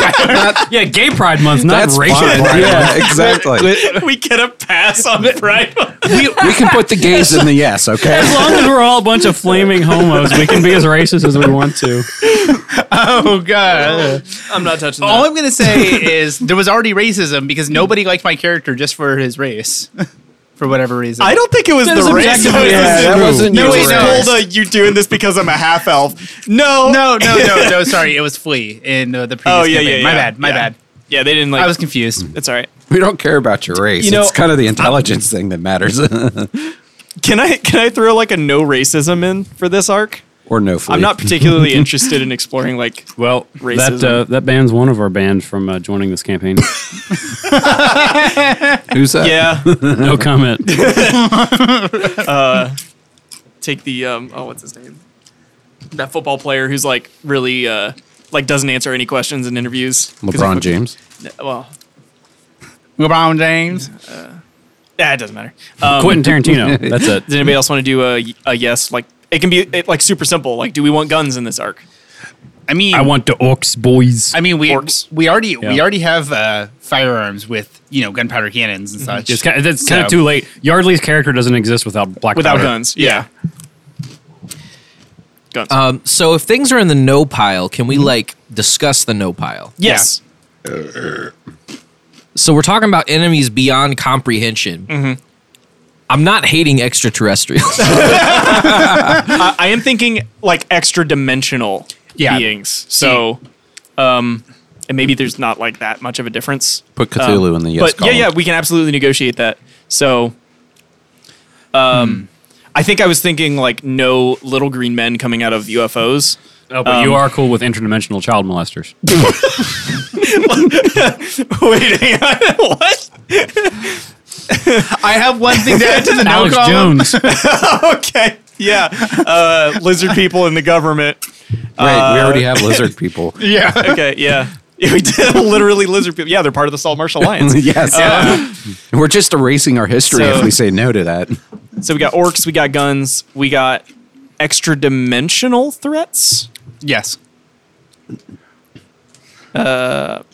not, Yeah, Gay Pride Month, not that's racial. fine. pride. Yeah, exactly. we get a pass on Pride Month. we, we can put the gays in the yes, okay? As long as we're all a bunch of flaming homos, we can be as racist as we want to. Oh god. I'm not touching All I'm gonna say is there was already racism because nobody liked my character just for his race, for whatever reason. I don't think it was the race. objective, yeah, that wasn't no, your wait, race. no. You're doing this because I'm a half elf. No, No, no, no, no. Sorry, it was Flea in uh, the previous. Oh yeah, campaign. yeah, yeah. My bad. My yeah. bad. Yeah, they didn't like. I was confused. it's all right. We don't care about your race. You know- it's kind of the intelligence thing that matters, Can I can I throw like a no racism in for this arc? or no flea. I'm not particularly interested in exploring like. Well, Racism. that uh, that bans one of our bands from uh, joining this campaign. Who's that? Yeah, No comment. take the um. Oh, what's his name? That football player who's like really uh like doesn't answer any questions in interviews. 'Cause he LeBron fucking- James. Well, LeBron James. yeah, it doesn't matter. Um, Quentin Tarantino. That's it. Does anybody else want to do a, a yes? Like it can be it, like super simple. Like, do we want guns in this arc? I mean, I want the Ox boys. I mean, we Orcs. we already we Yeah. already have uh, firearms with you know gunpowder cannons and Mm-hmm. such. It's kind of, it's kind So- of too late. Yardley's character doesn't exist without black Without powder. guns, yeah. Guns. Um, so if things are in the no pile, can we like discuss the no pile? yes. So we're talking about enemies beyond comprehension. I'm not hating extraterrestrials. I, I am thinking like extra dimensional Yeah. beings. So, um, and maybe there's not like that much of a difference. Um, Put Cthulhu in the yes but column. yeah, yeah, we can absolutely negotiate that. So, um, I think I was thinking like no little green men coming out of UFOs. Oh, but Um, you are cool with interdimensional child molesters. Wait, hang on, what? I have one thing to add to the no Alex column. Jones. okay. Yeah. Uh, lizard people in the government. Right, we already have lizard people. Yeah. Okay. Yeah. Yeah, we did literally lizard people. Yeah, they're part of the Salt Marsh Alliance. yes. Uh, We're just erasing our history So- if we say no to that. So we got orcs, we got guns, we got extra dimensional threats Yes. or,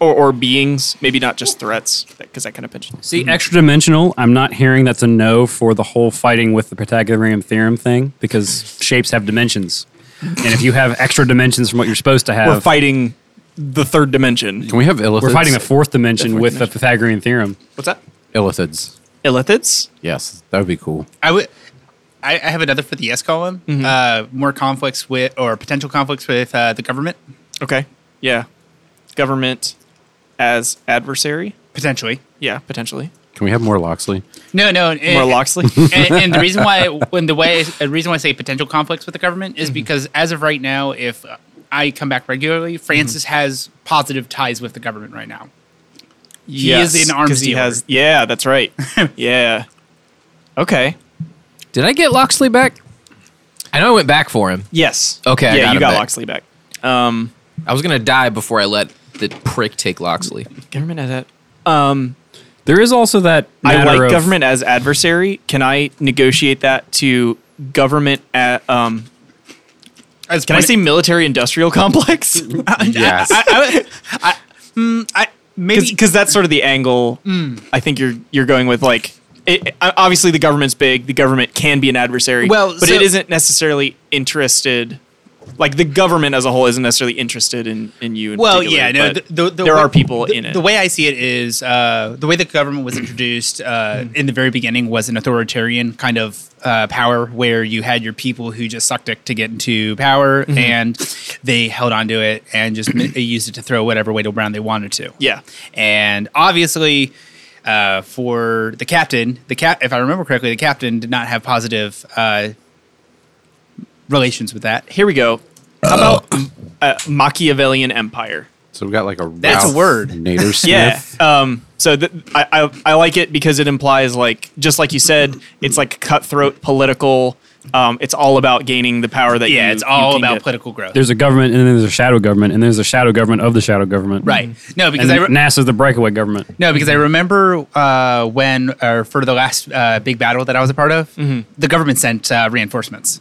or beings, maybe not just threats, because I kind of pinched. See, extra dimensional. I'm not hearing that's a no for the whole fighting with the Pythagorean theorem thing because shapes have dimensions, and if you have extra dimensions from what you're supposed to have, We're fighting the third dimension. Can we have illithids? we're fighting the fourth dimension with the Pythagorean theorem. What's that? illithids. Illithids? Yes, that would be cool. I would. I, I have another for the yes column. Mm-hmm. Uh, more conflicts with or potential conflicts with uh, the government Okay. Yeah. Government as adversary. potentially. Yeah, potentially. Can we have more Loxley? No, no. and- More Loxley. and, and the reason why when the way the reason why I say potential conflicts with the government Mm-hmm. is because as of right now, if I come back regularly, Francis Mm-hmm. has positive ties with the government right now. He is in arms 'cause he dealer. has. Yeah, that's right. yeah. Okay. Did I get Loxley back? I know I went back for him. Yes. Okay, I Yeah, got you him got back. Loxley back. Um, I was gonna die before I let the prick take Loxley. government as ad- um, There is also that I matter like of- government as adversary. Can I negotiate that to government? At, um, As can I say military industrial complex? Yes. mm, maybe? Mm. because that's sort of the angle I think you're you're going with. Like, it, uh, obviously the government's big. The government can be an adversary. Well, but so- it isn't necessarily interested. Like the government as a whole isn't necessarily interested in in you. In Well, particular, yeah, no. but The, the, the there way- are people the, in it. The way I see it is uh, the way the government was introduced uh, in the very beginning was an authoritarian kind of uh, power where you had your people who just sucked dick to get into power Mm-hmm. and they held on to it and just mi- used it to throw whatever weight around they wanted to. yeah, And obviously, uh, for the captain, the cap, if I remember correctly, the captain did not have positive uh, relations with that. here we go. How about uh, Machiavellian Empire? so we got like a That's a Ralph word. Nader Smith. Yeah. Um, so th- I, I I like it because it implies like just like you said, it's like cutthroat political. Um, it's all about gaining the power that Yeah, you- it's you all can about get. political growth. There's a government, and then there's a shadow government, and there's a shadow government of the shadow government. Right. No, because and I re- NASA's the breakaway government. no, because I remember uh, when, or for the last uh, big battle that I was a part of, the government sent uh, reinforcements,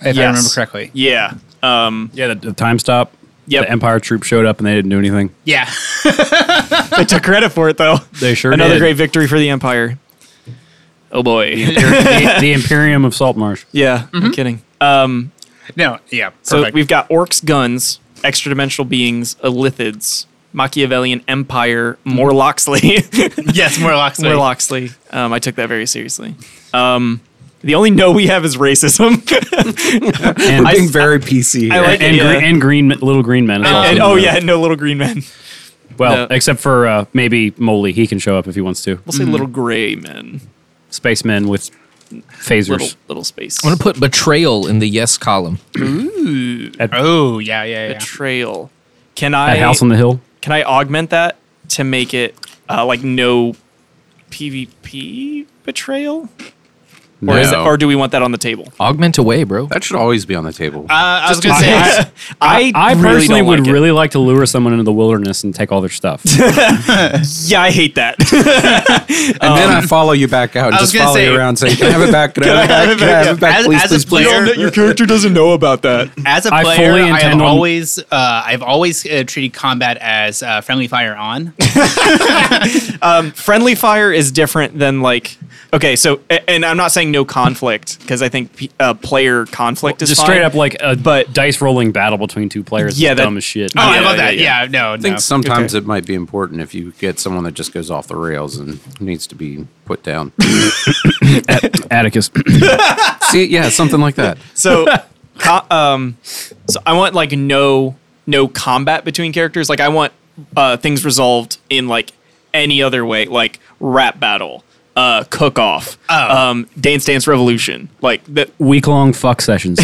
if I Yes. remember correctly. Yeah. Um, Yeah, the, the time stop. Yep. The Empire troop showed up, and they didn't do anything. Yeah, they took credit for it though. They sure Another did. great victory for the empire. Oh boy. the, the Imperium of Saltmarsh. yeah. I'm kidding. Um, no, yeah, Mm-hmm. perfect. so we've got orcs, guns, extra dimensional beings, elithids, Machiavellian Empire, Morloxley. yes, Morlocks. We're Loxley. Um, I took that very seriously. Um, the only no we have is racism. And, Being very PC. I like and, it, yeah. green, and green, little green men. is also and in oh there. yeah, no little green men. Well, No. except for uh, maybe Moley, he can show up if he wants to. We'll say little gray men. Spacemen with phasers Little little space. I'm gonna put betrayal in the yes column. Oh yeah, yeah, yeah. Betrayal. Can at I House on the Hill. can I augment that to make it uh, like no PvP betrayal? Or is it, No. or do we want that on the table? Augment away, bro. that should always be on the table. Uh, I was gonna say I, I, I really personally don't would like it. really like to lure someone into the wilderness and take all their stuff. Yeah, I hate that. and then I follow you back out and I was just gonna follow say- you around saying, Can I have it back? Can I have it back? Can I have it back? As- Please, as a please, please. player- Your character doesn't know about that. as a I player, I, fully have intend on- always, uh, I've always uh, treated combat as uh, friendly fire on. friendly fire is different than like okay so a- and i'm not saying no conflict because i think p- uh, player conflict is Just fine. straight up like a But- dice rolling battle between two players. Yeah, Yeah, that- Ah. dumb as shit. Oh, I Yeah, love yeah, that. yeah. Yeah, no, no. I think sometimes Okay. it might be important if you get someone that just goes off the rails and needs to be put down. Atticus. See, yeah, something like that. so co- um so i want like no no combat between characters like i want uh things resolved in like any other way like rap battle uh cook off Oh. um dance dance revolution like the Week long fuck sessions.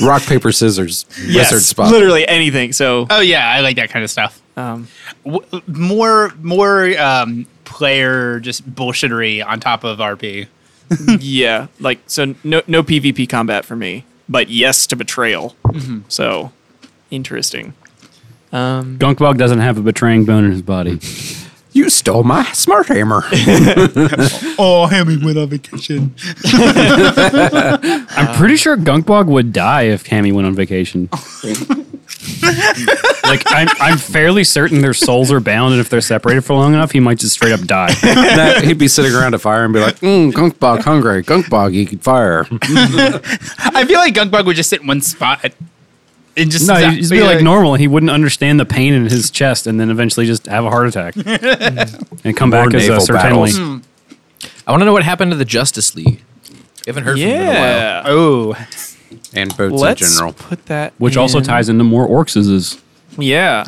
Rock, paper, scissors, wizard yes, spot. literally anything so Oh yeah, I like that kind of stuff. um W- more, more um, player just bullshittery on top of RP. Yeah, like so no no PvP combat for me, but yes to betrayal. So interesting. Um, Gunkbog doesn't have a betraying bone in his body. You stole my smart hammer. Oh, Hammy went on vacation. Uh, I'm pretty sure Gunkbog would die if Hammy went on vacation. like I'm, I'm fairly certain their souls are bound, and if they're separated for long enough, he might just straight up die. That- he'd be sitting around a fire and be like, mm, gunk bog hungry, gunk bog eat fire. I feel like Gunkbug would just sit in one spot and just No, Yeah, he'd just be yeah. like normal. He wouldn't understand the pain in his chest, and then eventually just have a heart attack and come More back as a naval Sir battles. Hmm. Tenley. I want to know what happened to the Justice League. We haven't heard from him in a while. Yeah. Oh, and boats Let's in general. put that. Which also in. ties into more orcs is- is Yeah.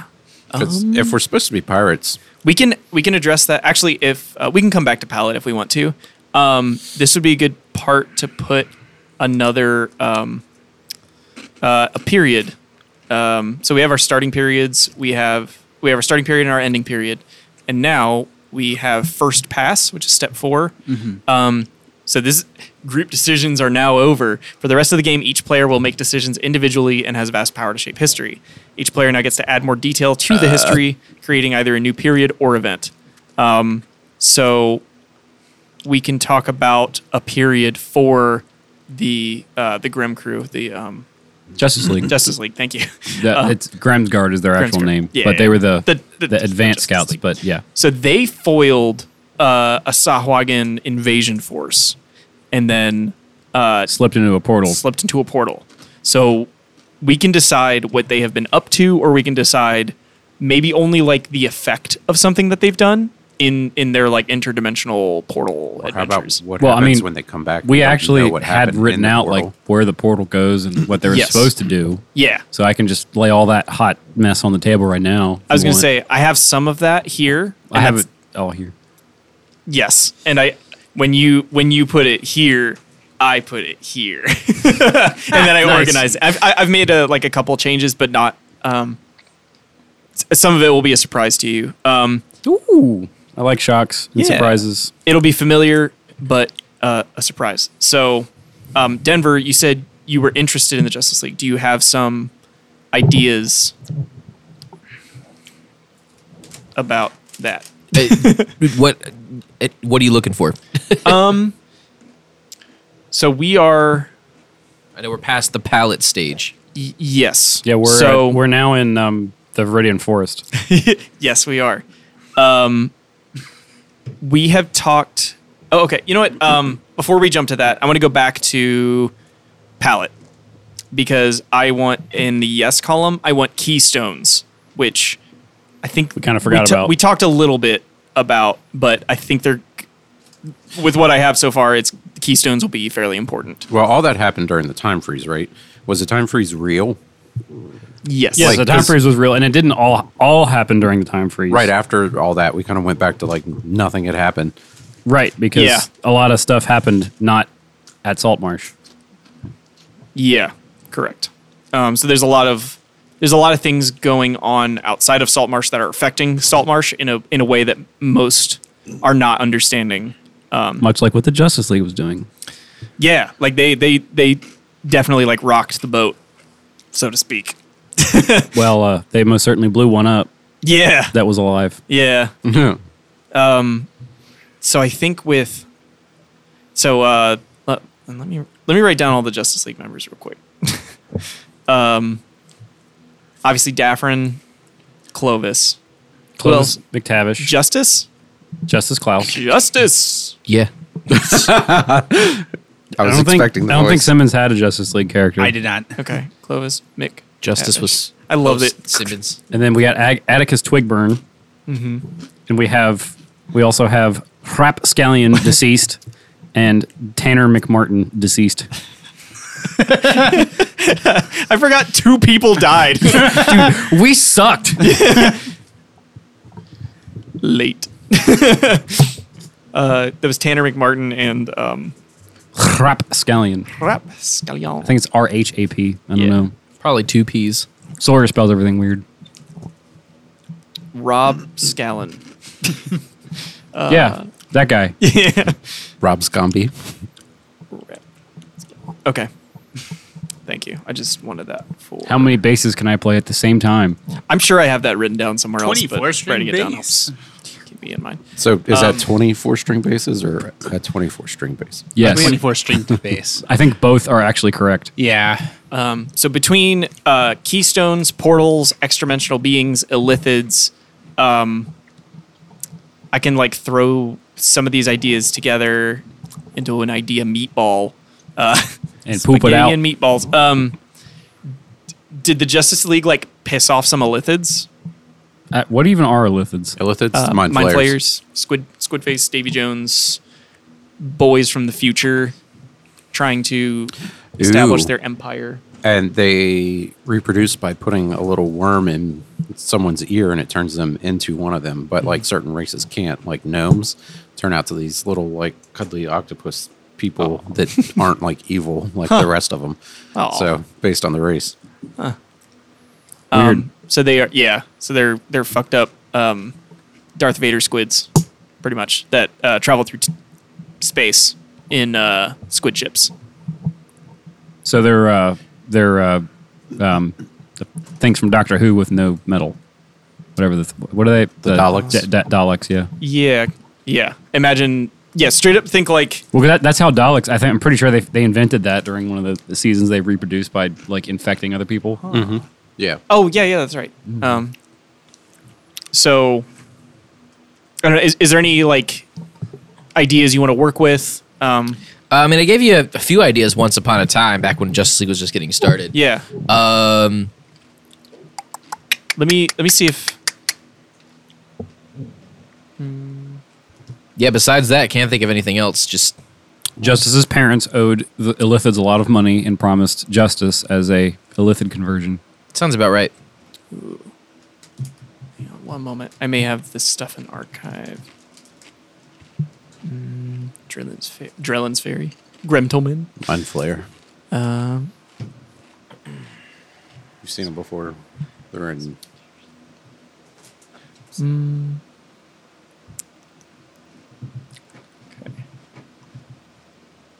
'Cause if we're supposed to be pirates, We can we can address that actually if uh, we can come back to palette if we want to. Um, this would be a good part to put another um, uh, a period. Um, so we have our starting periods. We have we have our starting period and our ending period, and now we have first pass, which is step 4 Um, so this group decisions are now over. For the rest of the game, each player will make decisions individually and has vast power to shape history. Each player now gets to add more detail to the history, creating either a new period or event. Um, so we can talk about a period for the uh, the Grim Crew, the um, Justice League. Justice League. Thank you. The, Uh, it's Guard is their actual Grimsguard. name, Yeah, but yeah, they were yeah. the the, The- the advanced Justice scouts. League. But yeah, So they foiled uh, a Sahwagan invasion force, and then uh, slipped into a portal. slipped into a portal. So we can decide what they have been up to, or we can decide maybe only like the effect of something that they've done in in their like interdimensional portal how about adventures. what Well, I happens mean, when they come back? we don't know actually what had happened in written the out portal. like where the portal goes and what they're Yes. supposed to do. yeah. So I can just lay all that hot mess on the table right now. I was going gonna to say I have some of that here. I and have that's- it all here. Yes, and I when you when you put it here, I put it here, and then I organize. It. I've I- I've made a, like a couple changes, but not. Um, s- some of it will be a surprise to you. Um, Ooh, I like shocks and Yeah. surprises. it'll be familiar, but uh, a surprise. So, um, Denver, you said you were interested in the Justice League. Do you have some ideas about that? Uh, what uh, What are you looking for? Um, so we are. I know we're past the palette stage. y- Yes. Yeah, we're uh, so we're now in um, the Viridian Forest. yes, we are. Um, we have talked. Oh, okay. You know what? Um, before we jump to that, I want to go back to palette because I want in the yes column, I want keystones, which I think we kinda forgot ta- about. We talked a little bit about, but I think they're with what I have so far. It's keystones will be fairly important. Well, all that happened during the time freeze, right? Was the time freeze real? Yes. Yeah, Like, the time 'cause- freeze was real, and it didn't all all happen during the time freeze. Right after all that, we kind of went back to like nothing had happened. right, because Yeah. a lot of stuff happened not at Saltmarsh. Yeah, correct. Um, so there's a lot of there's a lot of things going on outside of Saltmarsh that are affecting Saltmarsh in a in a way that most are not understanding. much like what the Justice League was doing. Yeah, like they they they definitely like rocked the boat, so to speak. Well, uh, they most certainly blew one up Yeah, that was alive. yeah. Um, That's So I think with so uh let, let me let me write down all the Justice League members real quick. um, obviously Daffrin, Clovis, Close McTavish, Justice. Justice Klaus. Justice. Yeah. I was I don't think expecting. I don't think Simmons had a Justice League character. I did not. Okay, Clovis, Mick. Justice Tavish. was. I loved close. it. Simmons. And then we got Ag- Atticus Twigburn, Mm-hmm. and we have we also have Hrap Scallion deceased, and Tanner McMartin deceased. I forgot two people died. We sucked. Late. uh, that was Tanner McMartin and um, Hrap Scallion. Rap I think it's R H A P. I don't Yeah. know. Probably two P's. Sawyer spells everything weird. Rob Scallon. Uh, yeah, that guy. Rob Scomby. Rap. Okay. Thank you. I just wanted that for. How many bases can I play at the same time? I'm sure I have that written down somewhere else. but 24 string writing it down bass. helps keep me in mind. So is that twenty four string bases or a twenty four string base? Yes, Twenty-four string to bass. I think both are actually correct. Yeah. Um, so between uh, keystones, portals, extra-dimensional beings, illithids, um, I can like throw some of these ideas together into an idea meatball. Uh, And poop it spaghetti out. And meatballs. Um, did the Justice League like piss off some illithids? Uh, what even are lithids? Illithids, Uh, mind, flayers. Squid Squid Face, Davy Jones, boys from the future. trying to establish Ooh. their empire. and they reproduce by putting a little worm in someone's ear and it turns them into one of them but like certain races can't like gnomes turn out to these little like cuddly octopus people that aren't like evil like the rest of them Oh. so based on the race Um, so they are, yeah. So they're they're fucked up. Um, Darth Vader squids, pretty much that uh, travel through t- space in uh, squid ships. So they're uh, they're uh, um, the things from Doctor Who with no metal. Whatever the th- what are they? The, Daleks? Da- da- Daleks, yeah. Yeah, yeah. Imagine, yeah. Straight up, think like Well, that, that's how Daleks. I think I'm pretty sure they they invented that during one of the, the seasons they reproduced by like infecting other people. yeah Oh yeah, yeah, that's right. Um, so, I don't know. Is, is there any like ideas you want to work with? Um, Uh, I mean, I gave you a, a few ideas once upon a time back when Justice League was just getting started. yeah. Um, Let me let me see if yeah. Besides that, can't think of anything else. Just Justice's parents owed the Illithids a lot of money and promised justice as a Illithid conversion. sounds about right. hang on one moment. I may have this stuff in archive. Mm, Drillin's Fe- Drillin's Ferry. Gremtelman. unflair Um, you've seen them before they're in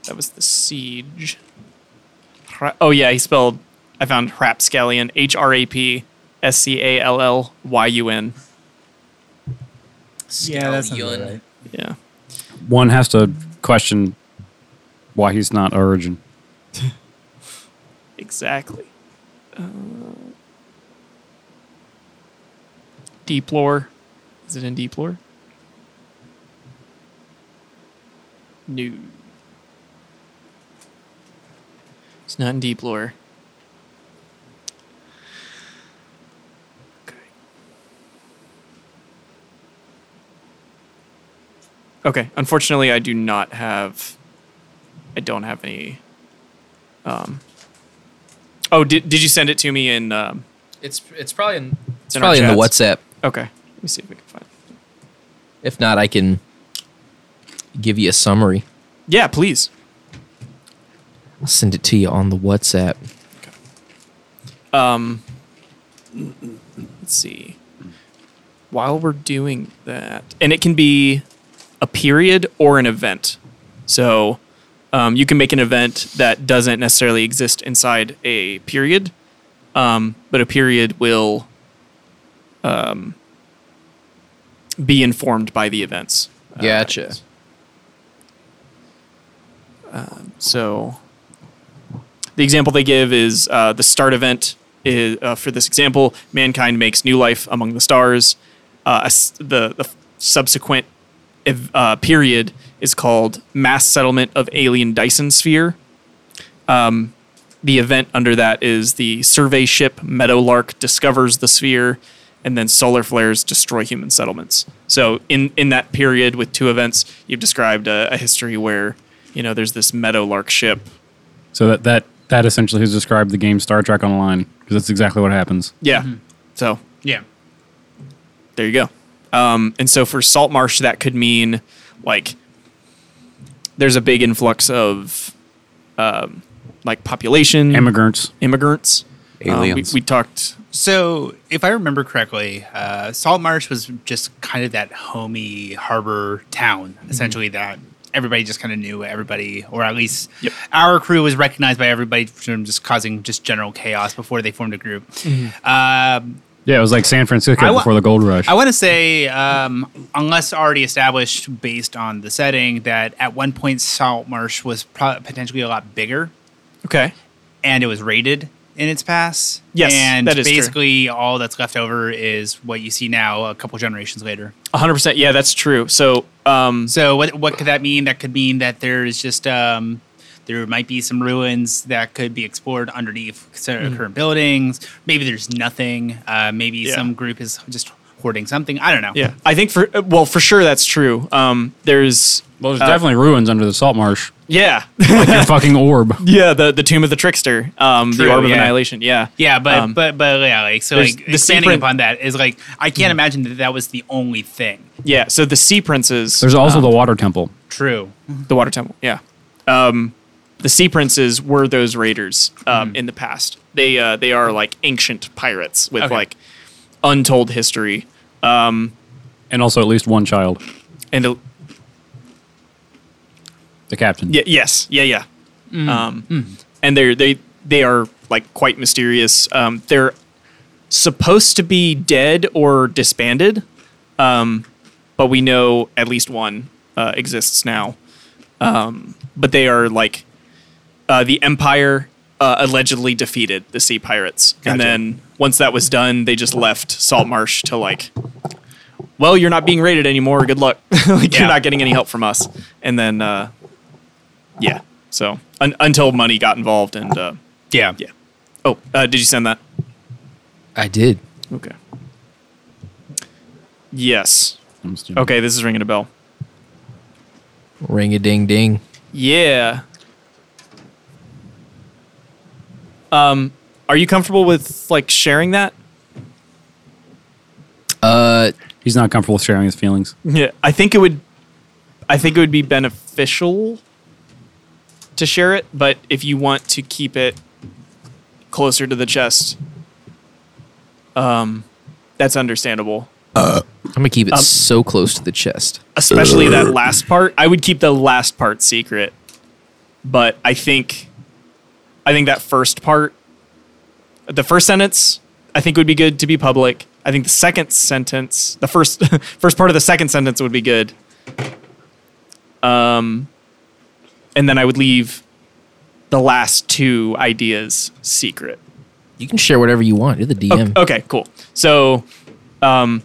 that was the siege. Hra- Oh yeah, he spelled. I found rapscallion. H R A P S C A L L Y U N. Yeah, that's Scallion. right. Yeah. One has to question why he's not origin. Exactly. Uh, deep lore. Is it in deep lore? No. It's not in deep lore. Okay. Okay. Unfortunately, I do not have. I don't have any. Um, Oh, did, did you send it to me in? Um, It's it's probably in, it's in our probably in the chats. WhatsApp. okay, let me see if we can find. It. If not, I can give you a summary. Yeah, please. I'll send it to you on the WhatsApp. Um, let's see. While we're doing that, and it can be a period or an event. So um, you can make an event that doesn't necessarily exist inside a period, um, but a period will um, be informed by the events. uh, Gotcha. So the example they give is uh, the start event is uh, for this example, mankind makes new life among the stars. Uh, a s- the, the subsequent ev- uh, period is called mass settlement of alien Dyson sphere. Um, the event under that is the survey ship Meadowlark discovers the sphere, and then solar flares destroy human settlements. So in in that period with two events, you've described a, a history where you know there's this Meadowlark ship So that that that essentially has described the game Star Trek Online because that's exactly what happens. Yeah. Mm-hmm. So Yeah. there you go. Um, and so for salt marsh, that could mean like there's a big influx of um, like population Immigrants. immigrants. Um, we- Aliens. we, talked. So, if I remember correctly, uh, Salt Marsh was just kind of that homey harbor town, Mm-hmm. essentially that everybody just kind of knew everybody, or at least Yep. our crew was recognized by everybody for just causing just general chaos before they formed a group. Um, Yeah, it was like San Francisco I wa- before the gold rush. I want to say, um, unless already established based on the setting, that at one point Salt Marsh was pro- potentially a lot bigger Okay. and it was raided in its past. Yes, and that is true. basically all that's left over is what you see now, a couple generations later. 100%. Yeah, that's true. So, um, So what what could that mean? That could mean that there's just um, there might be some ruins that could be explored underneath cer- current buildings. Maybe there's nothing. Uh, maybe Hmm. Yeah. some group is just hoarding something. I don't know. Yeah, I think for uh, well, for sure that's true. Um, there's Well, there's uh, definitely ruins under the salt marsh. yeah, Your fucking orb. yeah, the the tomb of the trickster, um, True, the orb of yeah. annihilation. Yeah, Yeah, but Um, but but yeah, like so there's like the expanding secret- upon that is like I can't imagine that that was the only thing. yeah. So the sea princes. There's also um, the water temple. True. the water temple. Yeah, um, the sea princes were those raiders um, in the past. They uh, they are like ancient pirates with Okay. like untold history And also at least one child. and a, The captain. Yeah. Yes. Yeah. Yeah. Um, And they're they they are like quite mysterious. Um, they're supposed to be dead or disbanded, um, but we know at least one uh, exists now. Um, but they are like uh, the Empire uh, allegedly defeated the Sea Pirates, and Gotcha. then once that was done, they just left Salt Marsh to like. Well, you're not being raided anymore. Good luck. like Yeah. you're not getting any help from us. And then uh, yeah. So un- until money got involved and uh, Yeah. yeah. Oh, uh, did you send that? I did. Okay. Yes. I'm just doing- Okay, this is ringing a bell. Ring a ding ding. Yeah. Um, are you comfortable with like sharing that? Uh, He's not comfortable with sharing his feelings. Yeah, I think it would. I think it would be beneficial to share it, but if you want to keep it closer to the chest, um, that's understandable. I'm gonna keep it so close to the chest. especially that last part. I would keep the last part secret, but I think, I think that first part, the first sentence, I think would be good to be public. I think the second sentence, the first first part of the second sentence would be good. Um, and then I would leave the last two ideas secret. You can share whatever you want. You're the O- DM. Okay, cool. So, um,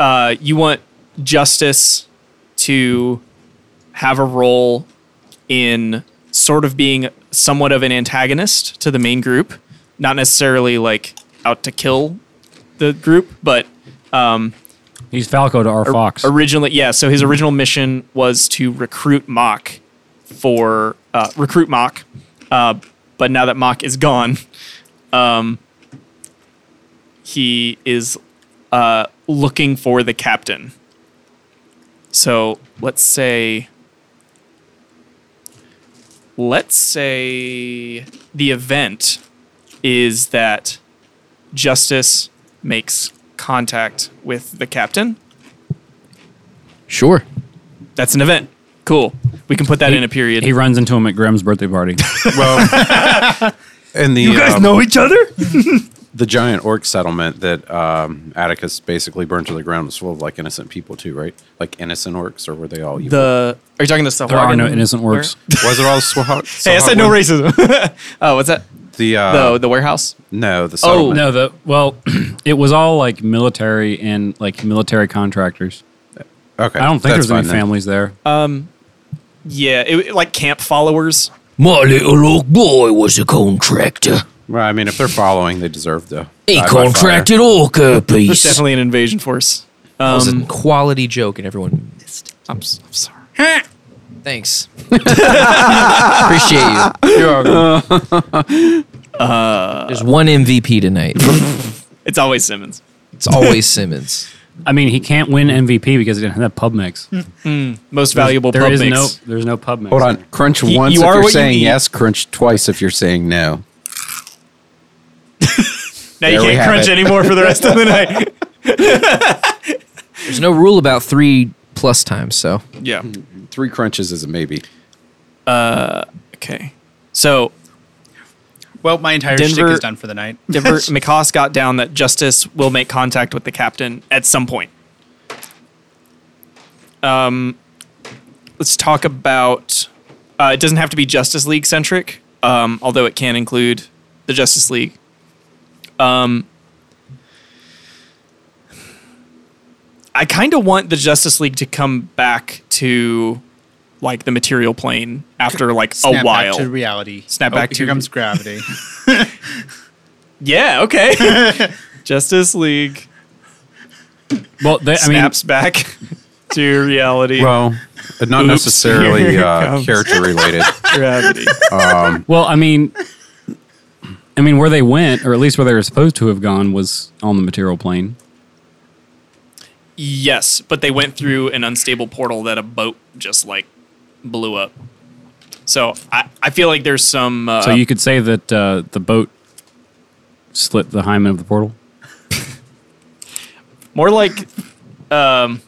uh, you want justice to have a role in sort of being somewhat of an antagonist to the main group, not necessarily like out to kill the group, but He's Falco to our fox. originally, yeah. So his original mission was to recruit Mock for uh, recruit Mock, uh, but now that Mock is gone, um, he is uh, looking for the captain. So let's say, let's say the event is that Justice makes contact with the captain Sure. that's an event. Cool. We can put that in a period. he runs into him at Grimm's birthday party. Well, and the um, each other? the giant orc settlement that um, Atticus basically burned to the ground was full of like innocent people too, right? Like innocent orcs, or were they all evil? The are you talking the stuff? There are no innocent works. was it all Swahog? Hey, I said no racism. oh, what's that? The uh, The Oh, the warehouse. no, the settlement. No, the well, it was all like military and like military contractors. Okay, I don't think that's there's any fine then. families there. Yeah, it, like camp followers. My little old boy was a contractor. Well, I mean, if they're following, they deserve to. He die by contracted Orca It's piece. definitely an invasion force. that was a Um, quality joke, and everyone missed. it. I'm, s- I'm sorry. Thanks. Appreciate you. There's one MVP tonight. It's always Simmons. It's always Simmons. I mean, he can't win MVP because he didn't have pub mix. Most valuable There pub is mix. no, there's no pub mix. Hold on, crunch You- once you if are you're what you saying eat. yes, crunch twice if you're saying no. now you There we can't have crunch it. anymore for the rest of the night. There's no rule about three plus times, so Yeah. Three crunches is a maybe. Okay. So Well, my entire Denver- shtick is done for the night. Denver McCoss got down that Justice will make contact with the captain at some point. Um, let's talk about. Uh, it doesn't have to be Justice League centric, um, although it can include the Justice League. Um, I kind of want the Justice League to come back to like the material plane after like Snap a while. back to reality. Snap Oh, back here to- comes gravity. Yeah, okay. Justice League Well, they, I mean, snaps back to reality. Well, but not necessarily uh, character related. gravity. uh, well, I mean, I mean, where they went, or at least where they were supposed to have gone, was on the material plane. Yes, but they went through an unstable portal that a boat just like blew up. So I, I feel like there's some. Uh, So Oh. you could say that uh, the boat slit the hymen of the portal. more like. Um,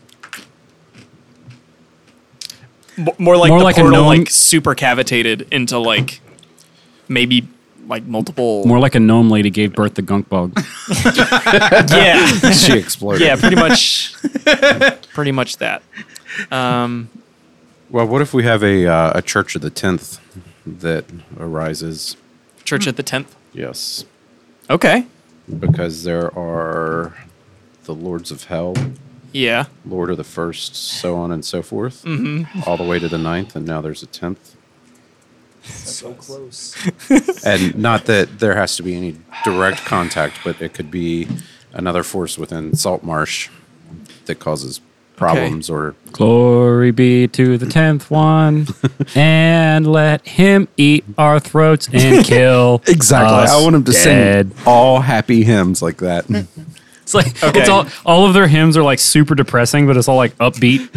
mo- more like More the like a portal gnome- like super cavitated into like maybe like multiple More like a gnome lady gave birth to gunk bog. yeah She exploded. yeah pretty much pretty much that um Well, what if we have a uh, a Church of the Tenth that arises? church at the 10th Yes, okay because there are the Lords of Hell, yeah Lord of the First, so on and so forth, mm-hmm. all the way to the ninth, and now there's a tenth. So close. and not that there has to be any direct contact, but it could be another force within Saltmarsh that causes problems or Glory be to the tenth one, and let him eat our throats and kill. us dead. all happy hymns like that. It's like it's all all of their hymns are like super depressing, but it's all like upbeat.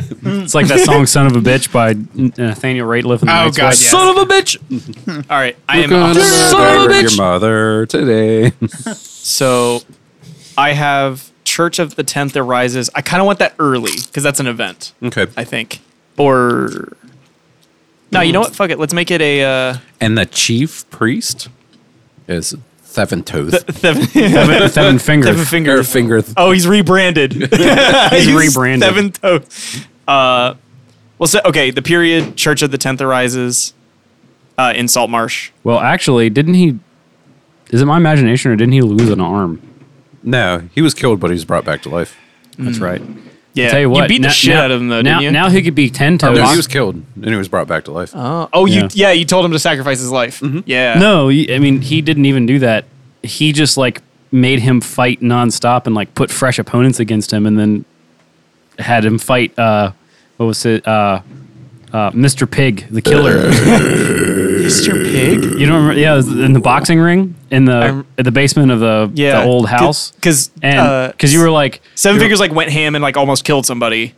it's like that song "Son of a Bitch" by uh, Nathaniel Rateliff and the Oh, Night's God, Watch. yes. son of a bitch all right i am Son of your mother today. So I have Church of the Tenth Arises. I kind of want that early because that's an event, okay. I think. Or no, you know what? Fuck it. Let's make it a uh, And the chief priest is Seven Toes. Seven, seven fingers. seven finger. finger. Oh, he's rebranded. he's, rebranded. Seven toes. Uh, well, so, okay. The period Church of the Tenth Arises uh, in Saltmarsh. Well, actually, didn't he? Is it my imagination, or didn't he lose an arm? No, he was killed, but he was brought back to life. That's right. Yeah, Tell you what, beat now- the shit now- out of him though, now, didn't you? now he could be ten toes. No, he was killed, and he was brought back to life. oh, oh, you Yeah. Mm-hmm. yeah, you told him to sacrifice his life. Yeah, No, y- I mean he didn't even do that. He just like made him fight nonstop and like put fresh opponents against him, and then had him fight. Uh, what was it? Uh, uh, Mr. Pig, the killer. Mr. Pig. you don't remember? Yeah, it was in the boxing ring in the rem- at the basement of the, Yeah, uh, the old house. because and because you were like Seven you were- Figures like went ham and like almost killed somebody,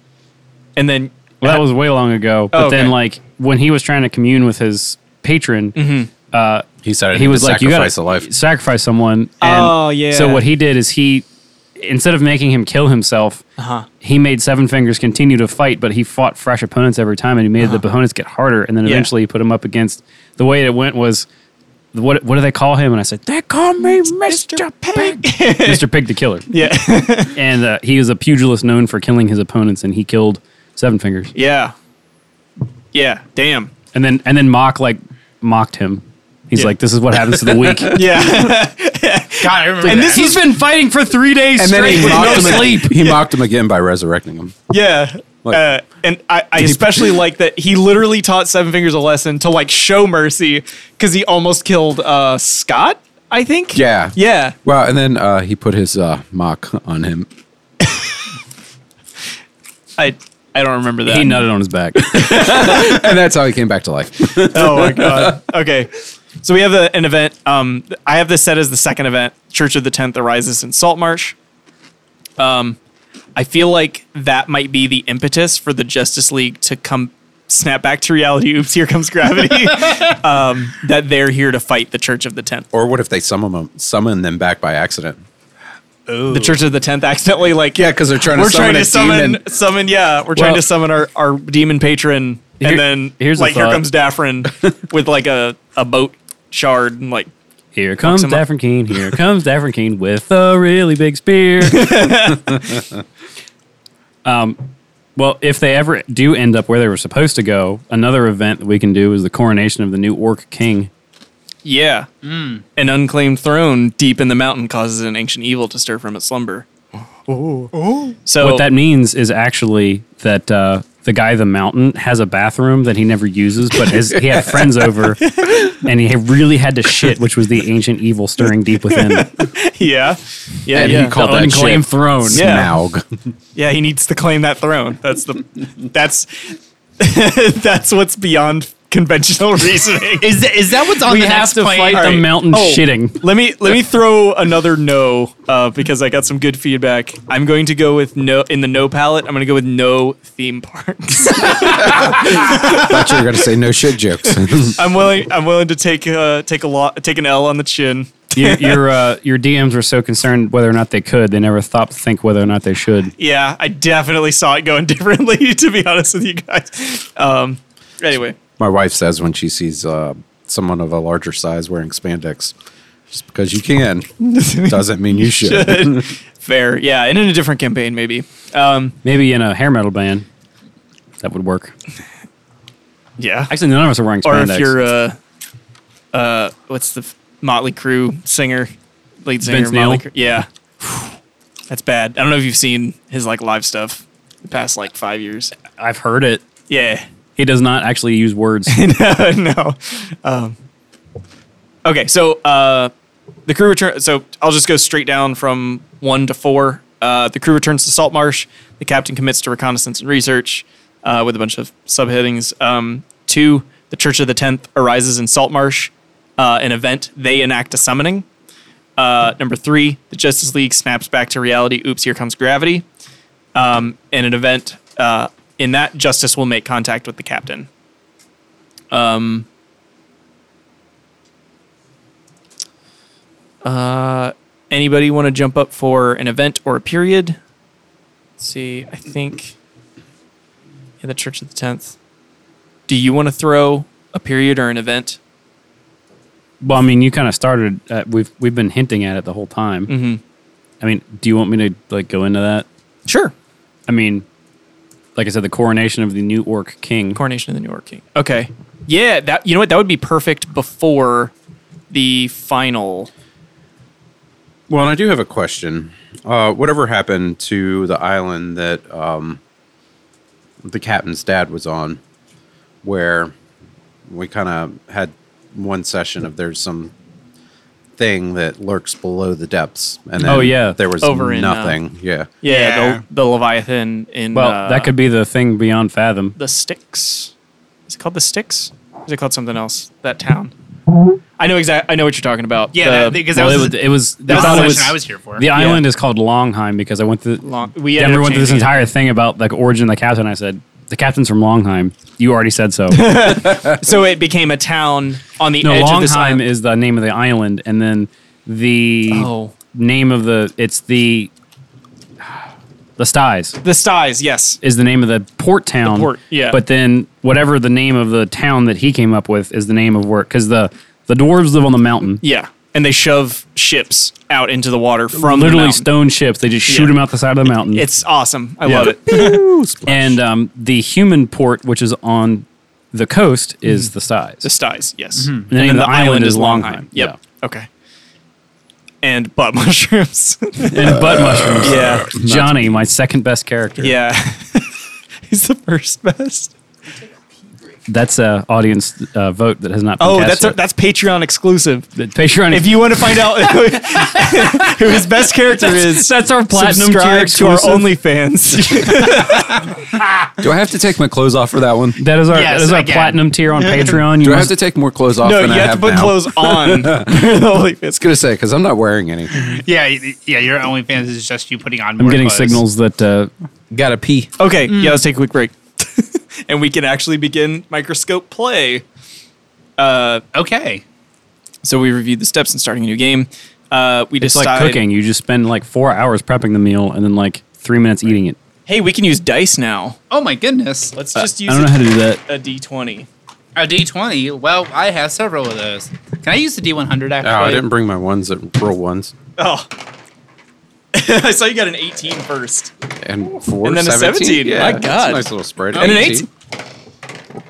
and then Well, that was way long ago. But Oh, okay. then, like when he was trying to commune with his patron, Mm-hmm. he said he was like, "You got sacrifice to a life." sacrifice someone." Oh, yeah. So what he did is he, instead of making him kill himself, Uh-huh. he made Seven Fingers continue to fight, but he fought fresh opponents every time, and he made the opponents get harder. And then Uh-huh. Yeah. eventually, he put him up against. The way it went was, what what do they call him? And I said, "They call me Mister Pig, Mister Pig the Killer." yeah, And uh, he was a pugilist known for killing his opponents, and he killed Seven Fingers. yeah, yeah. Damn. And then and then mock like mocked him. He's Yeah. like, "This is what happens to the weak." Yeah, God, I remember and that. this is been fighting for three days And then he mocked, him sleep. again, he mocked him again by resurrecting him. yeah. Like- uh, and I, I especially like that he literally taught Seven Fingers a lesson to like show mercy because he almost killed uh, Scott. I think. Yeah. Yeah. Well, and then uh, he put his uh, mock on him. I I don't remember that. He nutted on his back. And that's how he came back to life. oh my god. Okay. So we have a, an event. Um, I have this set as the second event, Church of the Tenth Arises in Saltmarsh. Um, I feel like that might be the impetus for the Justice League to come snap back to reality. Oops, here comes gravity. um, that they're here to fight the Church of the Tenth. or what if they summon him, summon them back by accident? The Church of the Tenth accidentally like Yeah, because they're trying to we're summon trying to a summon demon. summon yeah we're trying to Well- summon our, our demon patron and Here- then here's a like here thought. comes Daffrin with like a, a boat shard and like Here comes him up. Daffron Keen. Here comes Daffron Keen with a really big spear. um, well, if they ever do end up where they were supposed to go, another event that we can do is the coronation of the new Orc King. Yeah. An unclaimed throne deep in the mountain causes an ancient evil to stir from its slumber. Oh. So What that means is actually that uh, the guy, the mountain, has a bathroom that he never uses, but his, he had friends over, and he really had to shit, which was the ancient evil stirring deep within. yeah. Yeah, and yeah. he called The that unclaimed shit throne. Yeah. Smaug. Yeah, he needs to claim that throne. That's the that's that's what's beyond conventional reasoning. Is that, is that what's on We the have next to plane? fight All the right. mountain Oh, shitting. Let me let me throw another no uh, because I got some good feedback. I'm going to go with no in the no palette. I'm going to go with no theme parks. Thought you were gonna say no shit jokes. I'm willing I'm willing to take uh, take a lot take an L on the chin. your your, uh, your DMs were so concerned whether or not they could, they never thought to think whether or not they should. Yeah, I definitely saw it going differently to be honest with you guys. Um, anyway, My wife says when she sees uh, someone of a larger size wearing spandex, just because you can doesn't mean you should. fair. Yeah, and in a different campaign maybe. Um, Maybe in a hair metal band, that would work. yeah. Actually, none of us are wearing or spandex. if you're uh, uh, what's the f- Motley Crue singer, lead singer, Vince Motley Neil? Crue. Yeah, that's bad. I don't know if you've seen his like live stuff the past like five years. I've heard it. Yeah, He does not actually use words. no, no. Um, okay, so uh, the crew return. So I'll just go straight down from one to four. Uh, the crew returns to Salt Marsh. The captain commits to reconnaissance and research uh, with a bunch of subheadings. Um, two, the Church of the Tenth arises in Salt Marsh. Uh, an event they enact a summoning. Uh, number three, the Justice League snaps back to reality. Oops, here comes gravity. Um, and an event uh, in that Justice will make contact with the captain. Anybody want to jump up for an event or a period? Let's see, I think yeah, the Church of the Tenth. Do you want to throw a period or an event? well, I mean, you kind of started. At, we've we've been hinting at it the whole time. Mm-hmm. I mean, do you want me to like go into that? Sure. I mean, like I said, the coronation of the new orc king. Coronation of the New York King. Okay. Yeah, that you know what? That would be perfect before the final. Well, and I do have a question. Uh, whatever happened to the island that um, the captain's dad was on, where we kind of had one session of there's some thing that lurks below the depths, and then Oh, yeah. there was Over in, uh, nothing. yeah, Yeah, Yeah. The, the Leviathan in Well, uh, that could be the thing beyond fathom. the Styx. Is it called the Styx? Is it called something else? That town. I know exactly. I know what you're talking about. Yeah, The- because Well, that it was, was. It was. that was thought the it question I was here for. The island is called Longheim because I went through. Long- we ended Denver up went through this changing it. entire thing about like origin of the captain. I said the captain's from Longheim. You already said so. no, so it became a town on the edge of this Longheim island. is the name of the island, and then the Oh. name of the it's the the Styes the Styes, yes. is the name of the port town. port, yeah. But then whatever the name of the town that he came up with is the name of where because the the dwarves live on the mountain. Yeah. And they shove ships out into the water from the Literally mountain. stone ships. They just shoot Yeah. them out the side of the mountain. It's awesome. I Yeah. love it. and um, the human port, which is on the coast, is the size. Mm. The Styes, yes. And name of Mm-hmm. the island is Longheim. Yep. Okay. And butt mushrooms. and butt mushrooms. yeah. Johnny, my second best character. Yeah. He's the first best. That's a audience uh, vote that has not. Been Oh, cast that's yet. that's Patreon exclusive. The Patreon. If you want to find out who his best character is, that's our platinum subscribe tier to our exclusive. OnlyFans. Do I have to take my clothes off for that one? that is our Yes, that is our again. platinum tier on Patreon. You Do I have must, to take more clothes off? no, than you I have to put now? clothes on. OnlyFans. I was gonna say because I'm not wearing any. Oh, yeah, y- yeah. Your OnlyFans is just you putting on. I'm more getting clothes. signals that uh, Gotta pee. Okay, yeah, let's take a quick break. and we can actually begin microscope play. Okay. So we reviewed the steps in starting a new game. Uh, we it's decide, like cooking. You just spend like four hours prepping the meal and then like three minutes eating it. Hey, we can use dice now. Oh my goodness. Let's just Uh, I use don't know how to do that. a d20. A D twenty. Well, I have several of those. Can I use the D one hundred? Actually, Oh, I didn't bring my ones that roll ones Oh. I saw you got an 18 first. and four And then a 17. Yeah, My that's God. a nice little spread. Oh, And an 18.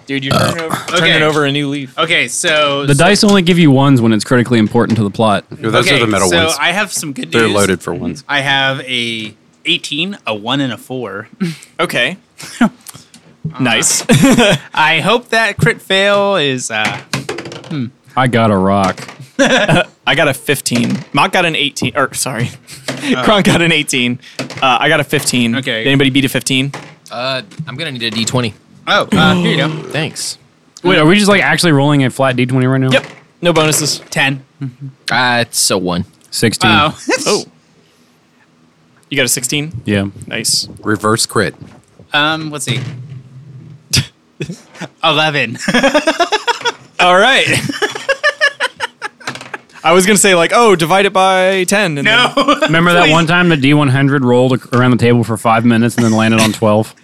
Dude, you're turning, over, turning Okay. over a new leaf. Okay, so The dice only give you ones when it's critically important to the plot. Yeah, those okay, are the metal so ones. I have some good news. They're loaded for ones. I have a eighteen, a one, and a four. Okay. nice. I hope that crit fail is. uh I got a rock. I got a 15. Mock got an 18. Or sorry, Kronk got an 18. Uh, I got a 15. Okay. Did anybody beat a 15? Uh, I'm gonna need a D20. Oh, uh, here you go. Thanks. Wait, are we just like actually rolling a flat d20 right now? Yep. No bonuses. Ten. Ah, Uh, it's a one. 16. Wow. Oh. You got a 16. Yeah. Nice. Reverse crit. Um, let's see. Eleven. All right. I was gonna say like, oh, divide it by 10. And then- no. Remember that one time the D100 rolled ac- around the table for five minutes and then landed on 12?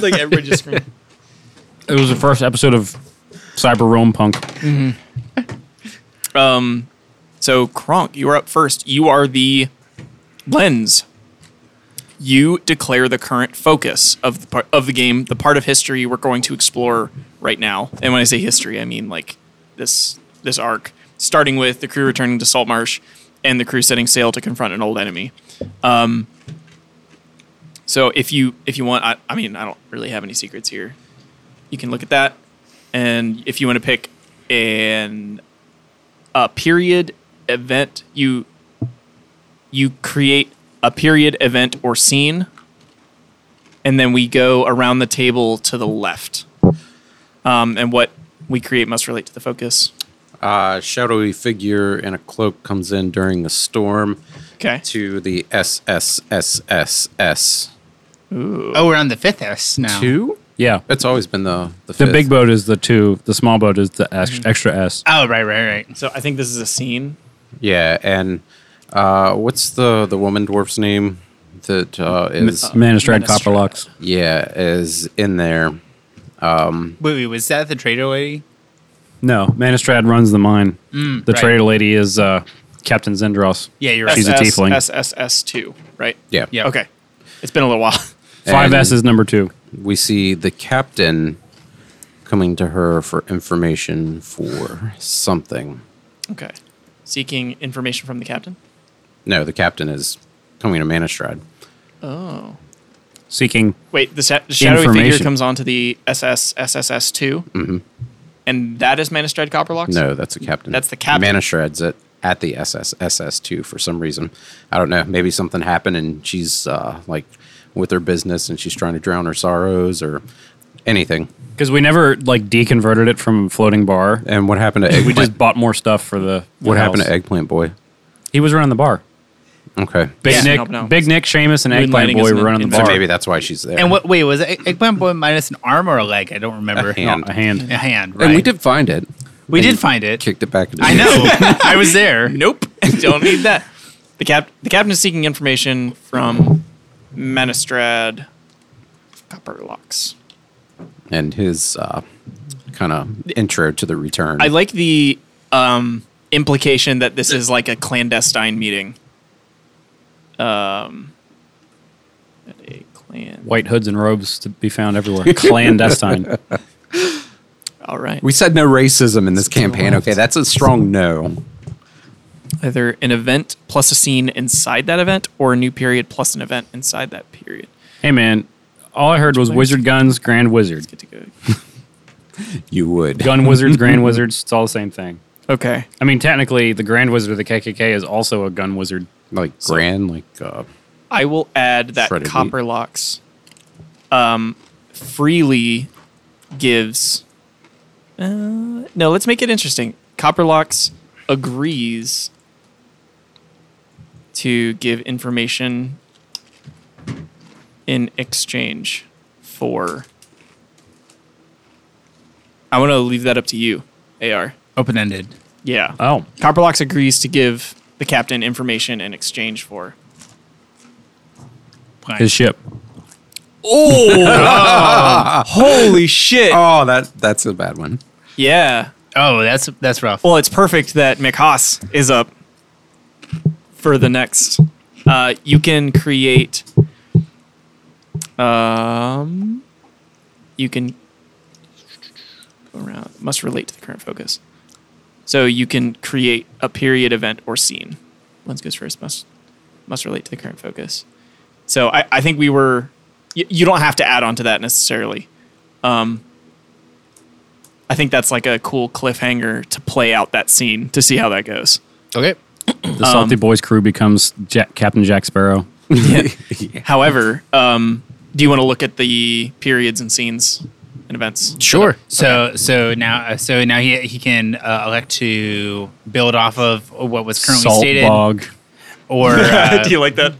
like everybody just screamed. it was the first episode of Cyber Rome Punk. Um, so Kronk, you are up first. You are the lens. You declare the current focus of the part of the game, the part of history we're going to explore right now. And when I say history, I mean like this this arc, starting with the crew returning to Saltmarsh and the crew setting sail to confront an old enemy. Um, so if you if you want, I, I mean, I don't really have any secrets here. You can look at that, and if you want to pick an a period event you you create a period event or scene and then we go around the table to the left um, and what we create must relate to the focus A Uh, shadowy figure in a cloak comes in during a storm okay to the SSSSS. Oh, we're on the fifth S now. Two? Yeah. That's always been the the, The fifth. big boat is the two, the small boat is the ex- extra S. Oh, right, right, right. so i think this is a scene Yeah, and uh, what's the the woman dwarf's name that uh, is Manistrad Manistrad. Copperlocks. yeah is in there? Wait, wait, was that the trader lady? No, Manistrad runs the mine. the right. trader lady is uh, Captain Zendros. Yeah, you're right. She's a SS, tiefling. sss2 right Yeah, Yeah. okay it's been a little while Five And- S is number two. we see the captain coming to her for information for something. okay seeking information from the captain No, the captain is coming to Manistrad. oh Seeking wait the, sa- the shadowy figure Information. comes onto the sss2 mm-hmm. and that is manistrad copperlocks No, that's the captain. That's the captain. Manistrad's at at the SSSS two for some reason. I don't know. Maybe something happened and she's uh, like with her business and she's trying to drown her sorrows or anything. because we never like deconverted it from floating bar. And what happened to eggplant? We just bought more stuff for the. what the happened house. to eggplant boy? He was running the bar. Okay, Big Yeah. Nick, Nope, no. Big Nick, Seamus, and Eggplant Moonlighting is Boy were an running the so bar. invention. maybe that's why she's there. And what? Wait, was it Eggplant Boy minus an arm or a leg? I don't remember. Oh, A hand. A hand. A hand. Right. And we did find it. We And did find it. Kicked it back. Into I the- know. I was there. Nope. Don't need that. The cap the captain is seeking information from Manistrad Copperlocks. And his uh, kind of intro to the return. I like the um, implication that this is like a clandestine meeting. Um, at a clan. White hoods and robes to be found everywhere. Clandestine. All right. we said no racism in this campaign. Okay, that's a strong no. Either an event plus a scene inside that event, or a new period plus an event inside that period. hey man, all I heard was Wizard Guns, Grand Wizard. Good to go. You would. Gun Wizards, Grand Wizards. It's all the same thing. Okay. I mean, technically, the Grand Wizard of the KKK is also a gun wizard. like grand, like uh, I will add that Shredded wheat. Copperlocks um, freely gives. Uh, no, let's make it interesting. Copperlocks agrees to give information in exchange for. I want to leave that up to you, AR. Open ended. Yeah. Oh, Copperlocks agrees to give the captain information in exchange for. his ship. Holy shit! Oh, that that's a bad one. Yeah. Oh, that's that's rough. Well, it's perfect that McHaas is up for the next. Uh, you can create. Um, you can go around must relate to the current focus. So you can create a period event or scene. Lens goes first. Must must relate to the current focus. So I, I think we were. You, you don't have to add on to that necessarily. Um, I I think that's like a cool cliffhanger to play out that scene to see how that goes. Okay. Um, The Salty Boys crew becomes Jack, Captain Jack Sparrow. However, um, do you want to look at the periods and scenes and events? Sure. So so now uh, so now he he can uh, elect to build off of what was currently Salt stated, Bog. or uh, do you like that?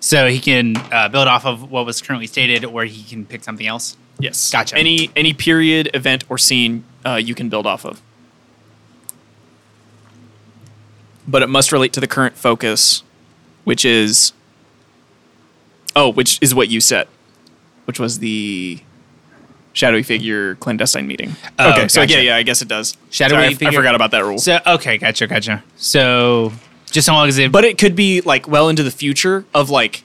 so he can uh, build off of what was currently stated, or he can pick something else. Yes. Gotcha. Any any period, event, or scene uh, you can build off of. But it must relate to the current focus, which is oh, which is what you set, which was the shadowy figure clandestine meeting. Oh, okay, so yeah, gotcha. yeah, I guess it does. Shadowy Sorry, I f- I figure- forgot about that rule. So okay, gotcha, gotcha. So just so long as it, but it could be like well into the future of like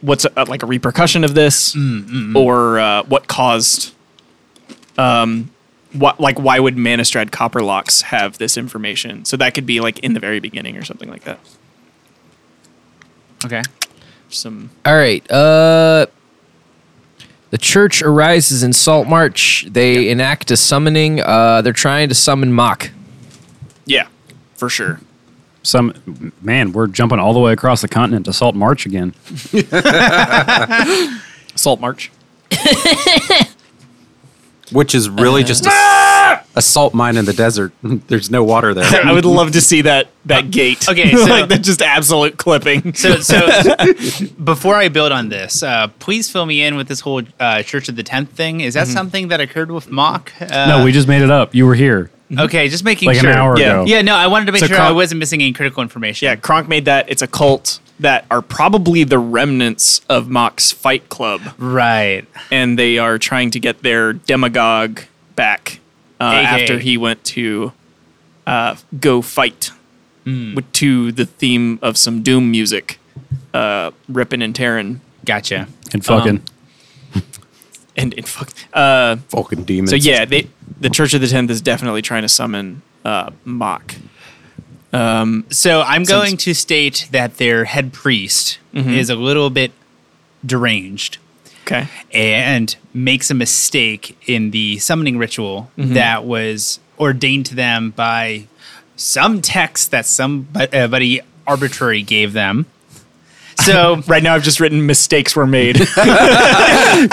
what's uh like a repercussion of this Mm, or uh, what caused um what like why would Manistrad Copperlocks have this information so that could be like in the very beginning or something like that okay. some All right. Uh, the church arises in Salt March. They enact a summoning. Uh, they're trying to summon Mach. yeah for sure Some man, we're jumping all the way across the continent to Salt March again. Salt March which is really just a, Uh-huh. a salt mine in the desert. There's no water there. I would love to see that that gate uh, okay, so- like that just absolute clipping So, so before I build on this, uh, please fill me in with this whole uh, Church of the Tenth thing. Is that Mm-hmm. something that occurred with Mock? Uh, no, we just made it up. You were here okay, just making like sure. an hour Yeah. ago. Yeah, no, I wanted to make So sure Kron- I wasn't missing any critical information. yeah Kronk made that it's a cult that are probably the remnants of Mock's Fight Club right. and they are trying to get their demagogue back uh, AKA. after he went to uh, go fight with, to the theme of some doom music, uh, ripping and tearing Gotcha. and um, fucking and, and fuck. Uh, Fucking demons. so yeah, they, the Church of the Tenth is definitely trying to summon uh, Mach. So I'm going to state that their head priest Mm-hmm. is a little bit deranged Okay, and makes a mistake in the summoning ritual Mm-hmm. that was ordained to them by some text that somebody arbitrary gave them. So right now I've just written mistakes were made.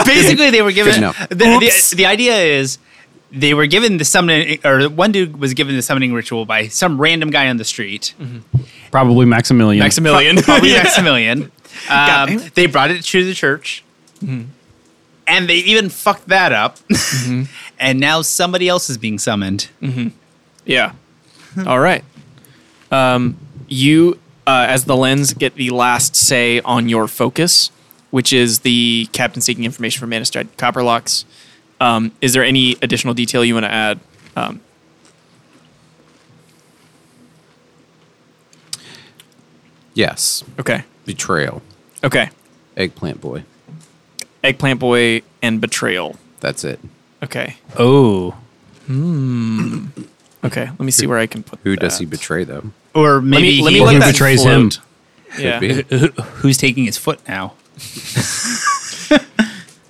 basically they were given enough. the, the, the idea is they were given the summoning or one dude was given the summoning ritual by some random guy on the street probably Maximilian. Maximilian. probably Yeah. maximilian God um, damn it. they brought it to the church Mm-hmm. and they even fucked that up and now somebody else is being summoned Yeah. All right. Um, you, uh, as the lens, get the last say on your focus, which is the captain seeking information from Manistrad Copperlocks. Um, is there any additional detail you want to add? Um, Yes. okay. Betrayal. Okay. Eggplant boy. Eggplant Boy and Betrayal. That's it. Okay. Hmm. oh Okay. Let me see where I can put. Who does he that. betray though? or maybe let me he- let Or who that betrays him? float. Yeah. Could be. who- who's taking his foot now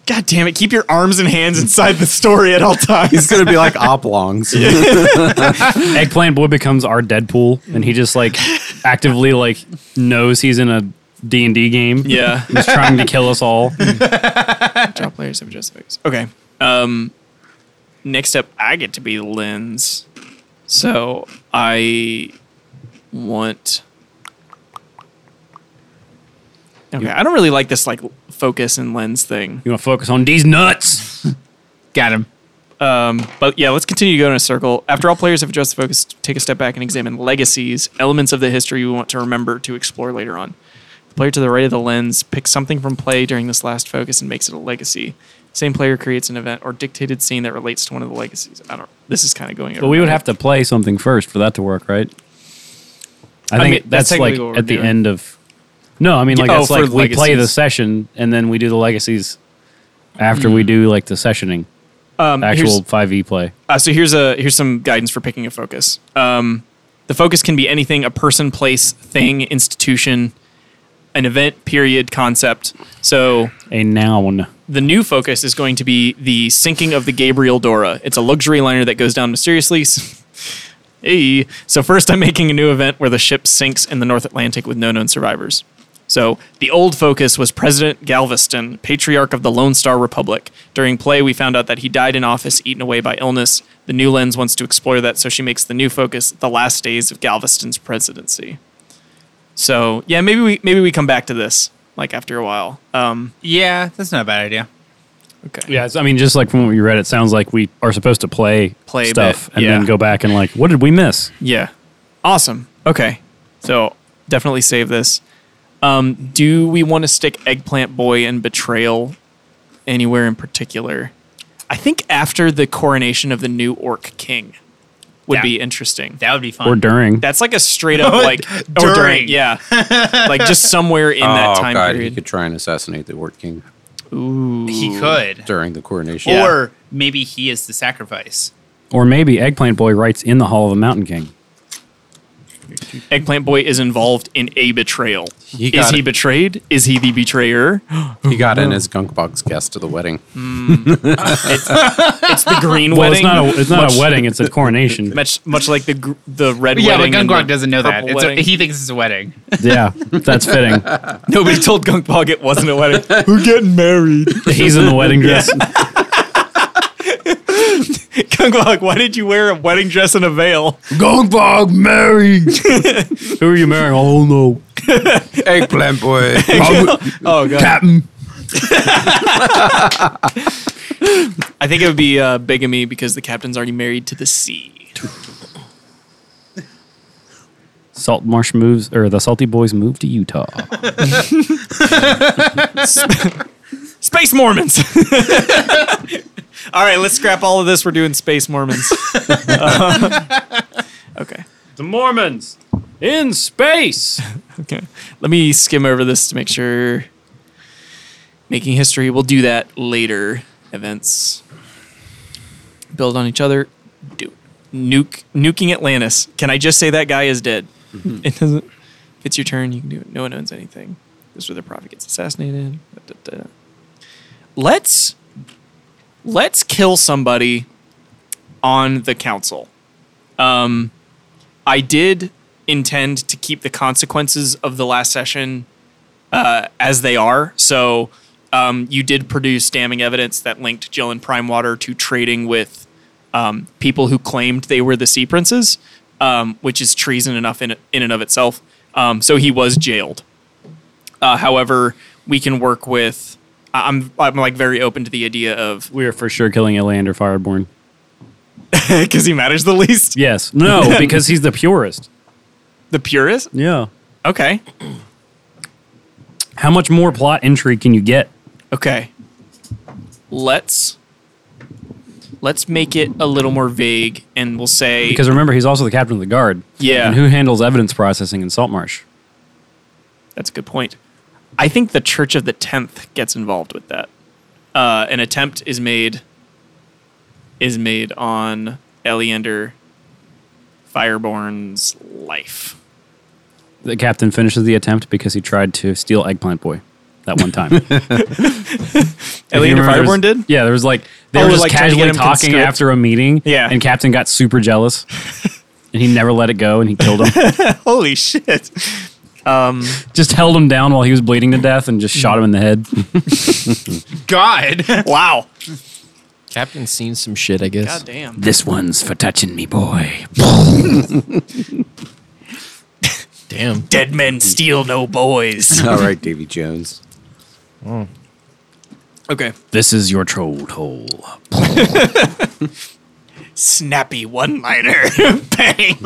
God damn it! Keep your arms and hands inside the story at all He's times. gonna be like oblongs. Eggplant Boy becomes our Deadpool, and he just like actively like knows he's in a D and D game. yeah. he's trying to kill us all. Draw players have adjusted focus. Okay. Um, next up, I get to be lens. So I want. Okay, I don't really like this like focus and lens thing. You want to focus on these nuts? got him But yeah, let's continue to go in a circle. After all players have adjusted focus, take a step back and examine legacies, elements of the history you want to remember to explore later on. The player to the right of the lens picks something from play during this last focus and makes it a legacy. Same player creates an event or dictated scene that relates to one of the legacies. I don't. This is kind of going. But we would have to play something first for that to work, right? I I think mean, that's that's, like technically what we're at the doing. end of. No, I mean like Yeah, oh, it's for like we play the legacies. session and then we do the legacies after we do like the sessioning, um, actual here's- five e play. Uh, so here's a here's some guidance for picking a focus. Um, the focus can be anything: a person, place, thing, institution, an event period concept. So A noun. the new focus is going to be the sinking of the Gabriel Dora. It's a luxury liner that goes down mysteriously. hey. So first I'm making a new event where the ship sinks in the North Atlantic with no known survivors. So the old focus was President Galveston, patriarch of the Lone Star Republic. During play, we found out that he died in office eaten away by illness. The new lens wants to explore that, so she makes the new focus the last days of Galveston's presidency. So yeah, maybe we maybe we come back to this like after a while. Um, Yeah, that's not a bad idea. okay. Yeah, it's, I mean, just like from what we read, it sounds like we are supposed to play, Play a stuff bit, and yeah. then go back and like, what did we miss? Yeah. Awesome. Okay. So definitely save this. Um, do we want to stick Eggplant Boy and Betrayal anywhere in particular? I think after the coronation of the new Orc King would Yeah. be interesting. That would be fun. Or during? That's like a straight up like or During. yeah, like just somewhere in that time Oh, He could period. try and assassinate the Wart King he could. during the coronation. Yeah. Or maybe he is the sacrifice. Or maybe Eggplant Boy writes in the Hall of the Mountain King. Eggplant Boy is involved in a betrayal. He is got he it. betrayed? Is he the betrayer? He got in his gunk box guest to the wedding. It's the green Well, wedding. it's not a it's not a wedding; it's a coronation. much much like the gr- the red Yeah, but wedding. and Gungwang the doesn't know that. purple It's a, wedding. he thinks it's a wedding. yeah, that's fitting. Nobody told Gunkbog it wasn't a wedding. We're getting married. He's in the wedding dress. Gunkbog, why did you wear a wedding dress and a veil? Gongbog married. Who are you marrying? Oh no, Eggplant boy. Oh god. Captain. I think it would be uh, bigamy because the captain's already married to the sea. Salt Marsh moves, or the Salty Boys move to Utah. Space Mormons. all right, let's scrap all of this. We're doing Space Mormons. Uh, okay. the Mormons in space. Okay. Let me skim over this to make sure. Making history. We'll do that later. Events. Build on each other. Do nuke nuking Atlantis. Can I just say that guy is dead? It doesn't. If it's your turn, you can do it. No one owns anything. This is where the prophet gets assassinated. Da, da, da. Let's let's kill somebody on the council. Um, I did intend to keep the consequences of the last session uh, as they are. So um, you did produce damning evidence that linked Jill and Primewater to trading with um, people who claimed they were the Sea Princes, um, which is treason enough in, in and of itself. Um, so he was jailed. Uh, however, we can work with. I- I'm I'm like very open to the idea of We are for sure killing Elander Fireborn. because he matters the least, Yes, no, because he's the purest. the purist. Yeah. Okay, How much more plot intrigue can you get? Okay. Let's let's make it a little more vague and we'll say Because remember, he's also the captain of the guard. Yeah. And who handles evidence processing in Saltmarsh? that's a good point. I think the Church of the Tenth gets involved with that. Uh, an attempt is made is made on Eleander Fireborn's life. The captain finishes the attempt because he tried to steal Eggplant Boy that one time. If you Eleander remember, there Fireborn was- did? Yeah, there was like they Oh, were we're, just like, trying to get casually him talking conscript- after a meeting. Yeah. And Captain got super jealous. and he never let it go and he killed him. Holy shit. just held him down while he was bleeding to death and just shot him in the head. God. Wow. Captain's seen some shit, I guess. God damn. This one's for touching me, boy. Damn. Dead men steal no boys. All right, Davy Jones. okay. This is your troll hole. snappy one liner. Bang.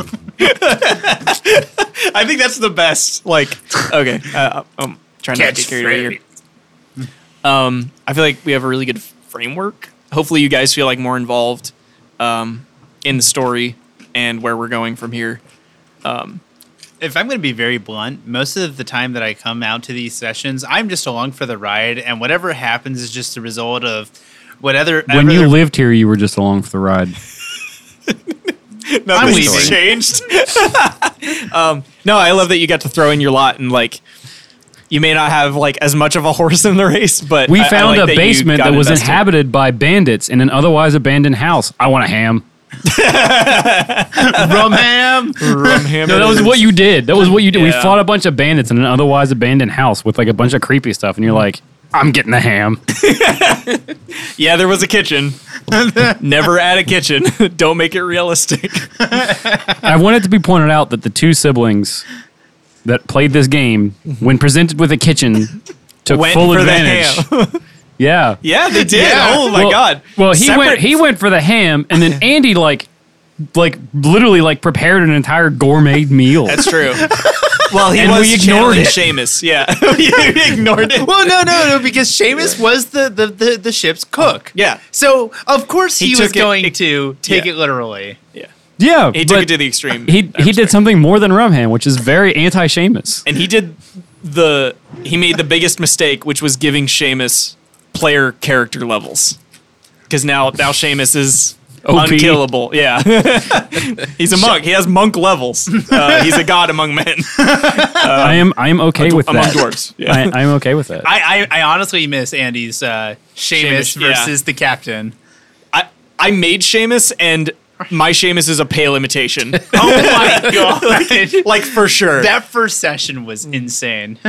I think that's the best. Like, okay. Uh, I'm trying not to get carried away here. Um, I feel like we have a really good framework. Hopefully, you guys feel like more involved um, in the story and where we're going from here. if I'm going to be very blunt, most of the time that I come out to these sessions, I'm just along for the ride, and whatever happens is just a result of whatever. When you whatever- lived here, you were just along for the ride. I'm Nothing's leaving. changed. um, no, I love that you got to throw in your lot and like you may not have like as much of a horse in the race, but We I- I found like a you basement got that was invested. inhabited by bandits in an otherwise abandoned house. I want a ham. Rum ham. No, that was what you did. That was what you did. We Yeah. fought a bunch of bandits in an otherwise abandoned house with like a bunch of creepy stuff, and you're like, I'm getting the ham. Yeah, there was a kitchen. Never add a kitchen. Don't make it realistic. I want it to be pointed out that the two siblings that played this game, when presented with a kitchen, took Went full for advantage. the ham. Yeah. yeah, they did. Yeah. Oh my well, god. Well, he Separate- went. He went for the ham, and then Andy like, like literally like prepared an entire gourmet meal. That's true. well, he And was we ignored channeling it. Seamus. Yeah, we ignored it. Well, no, no, no, because Seamus was the, the, the, the ship's cook. Yeah. So, of course, he, He was took it- going it- to take yeah. it literally. Yeah, yeah. he took but it to the extreme. He he did something more than rum ham, which is very anti Seamus. and he did the he made the biggest mistake, which was giving Seamus player character levels, because now now Seamus is OP. unkillable. Yeah, he's a monk. He has monk levels. Uh, he's a god among men, Um, I am I am okay with among that. dwarves. Yeah. I, I'm okay with that. I, I, I honestly miss Andy's uh, Seamus, Seamus, yeah. versus the captain. I, I made Seamus and. My Seamus is a pale imitation. oh my god! Like, for sure. That first session was insane.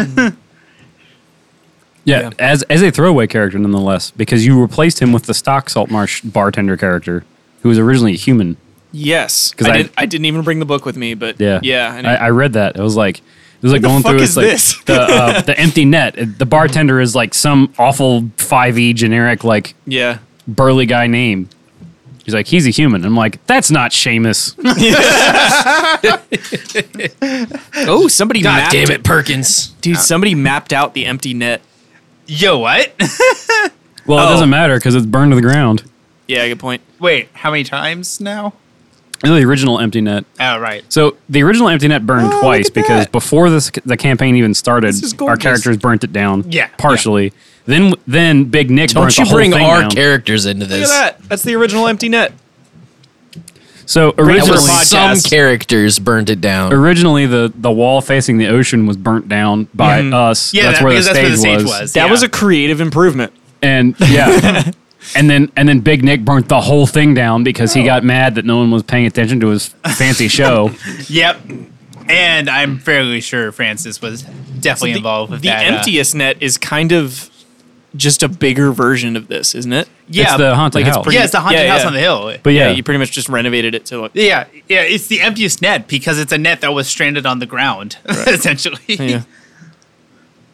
yeah, as as a throwaway character, nonetheless, because you replaced him with the stock Saltmarsh bartender character, who was originally a human. yes, 'Cause I, I- did, I didn't even bring the book with me, but Yeah, yeah. I know. I, I read that. It was like it was like the going fuck through is it's like this? the uh, the empty net. The bartender is like some awful five e generic like yeah. burly guy name. He's like he's a human. I'm like that's not Seamus. Oh, somebody God mapped damn it, Perkins. dude. Somebody mapped out the empty net. Yo, what? Well, Oh. it doesn't matter because it's burned to the ground. Yeah, good point. Wait, how many times now? No, the original empty net. Oh, right. So the original empty net burned Oh, look twice at because that. before this the campaign even started, This is our gorgeous. characters burnt it down. Yeah. partially. Then then Big Nick burnt Don't you the whole bring thing our down. characters into this? Look at that. That's the original empty net. so That originally, was Originally- some Podcast. characters burned it down. originally the the wall facing the ocean was burnt down by us. Mm-hmm. Yeah, that's, that- where the because stage that's where the stage was. was. That Yeah. was a creative improvement. And yeah. And then, and then Big Nick burnt the whole thing down because Oh. he got mad that no one was paying attention to his fancy show. Yep. And I'm fairly sure Francis was definitely the involved with the that. uh, emptiest net is kind of just a bigger version of this, isn't it? yeah, it's the haunted like, it's house. pretty- yeah, it's the haunted Yeah, house yeah. on the hill. but yeah, you pretty much just renovated it to look. Yeah, yeah, it's the emptiest net because it's a net that was stranded on the ground, essentially. Yeah.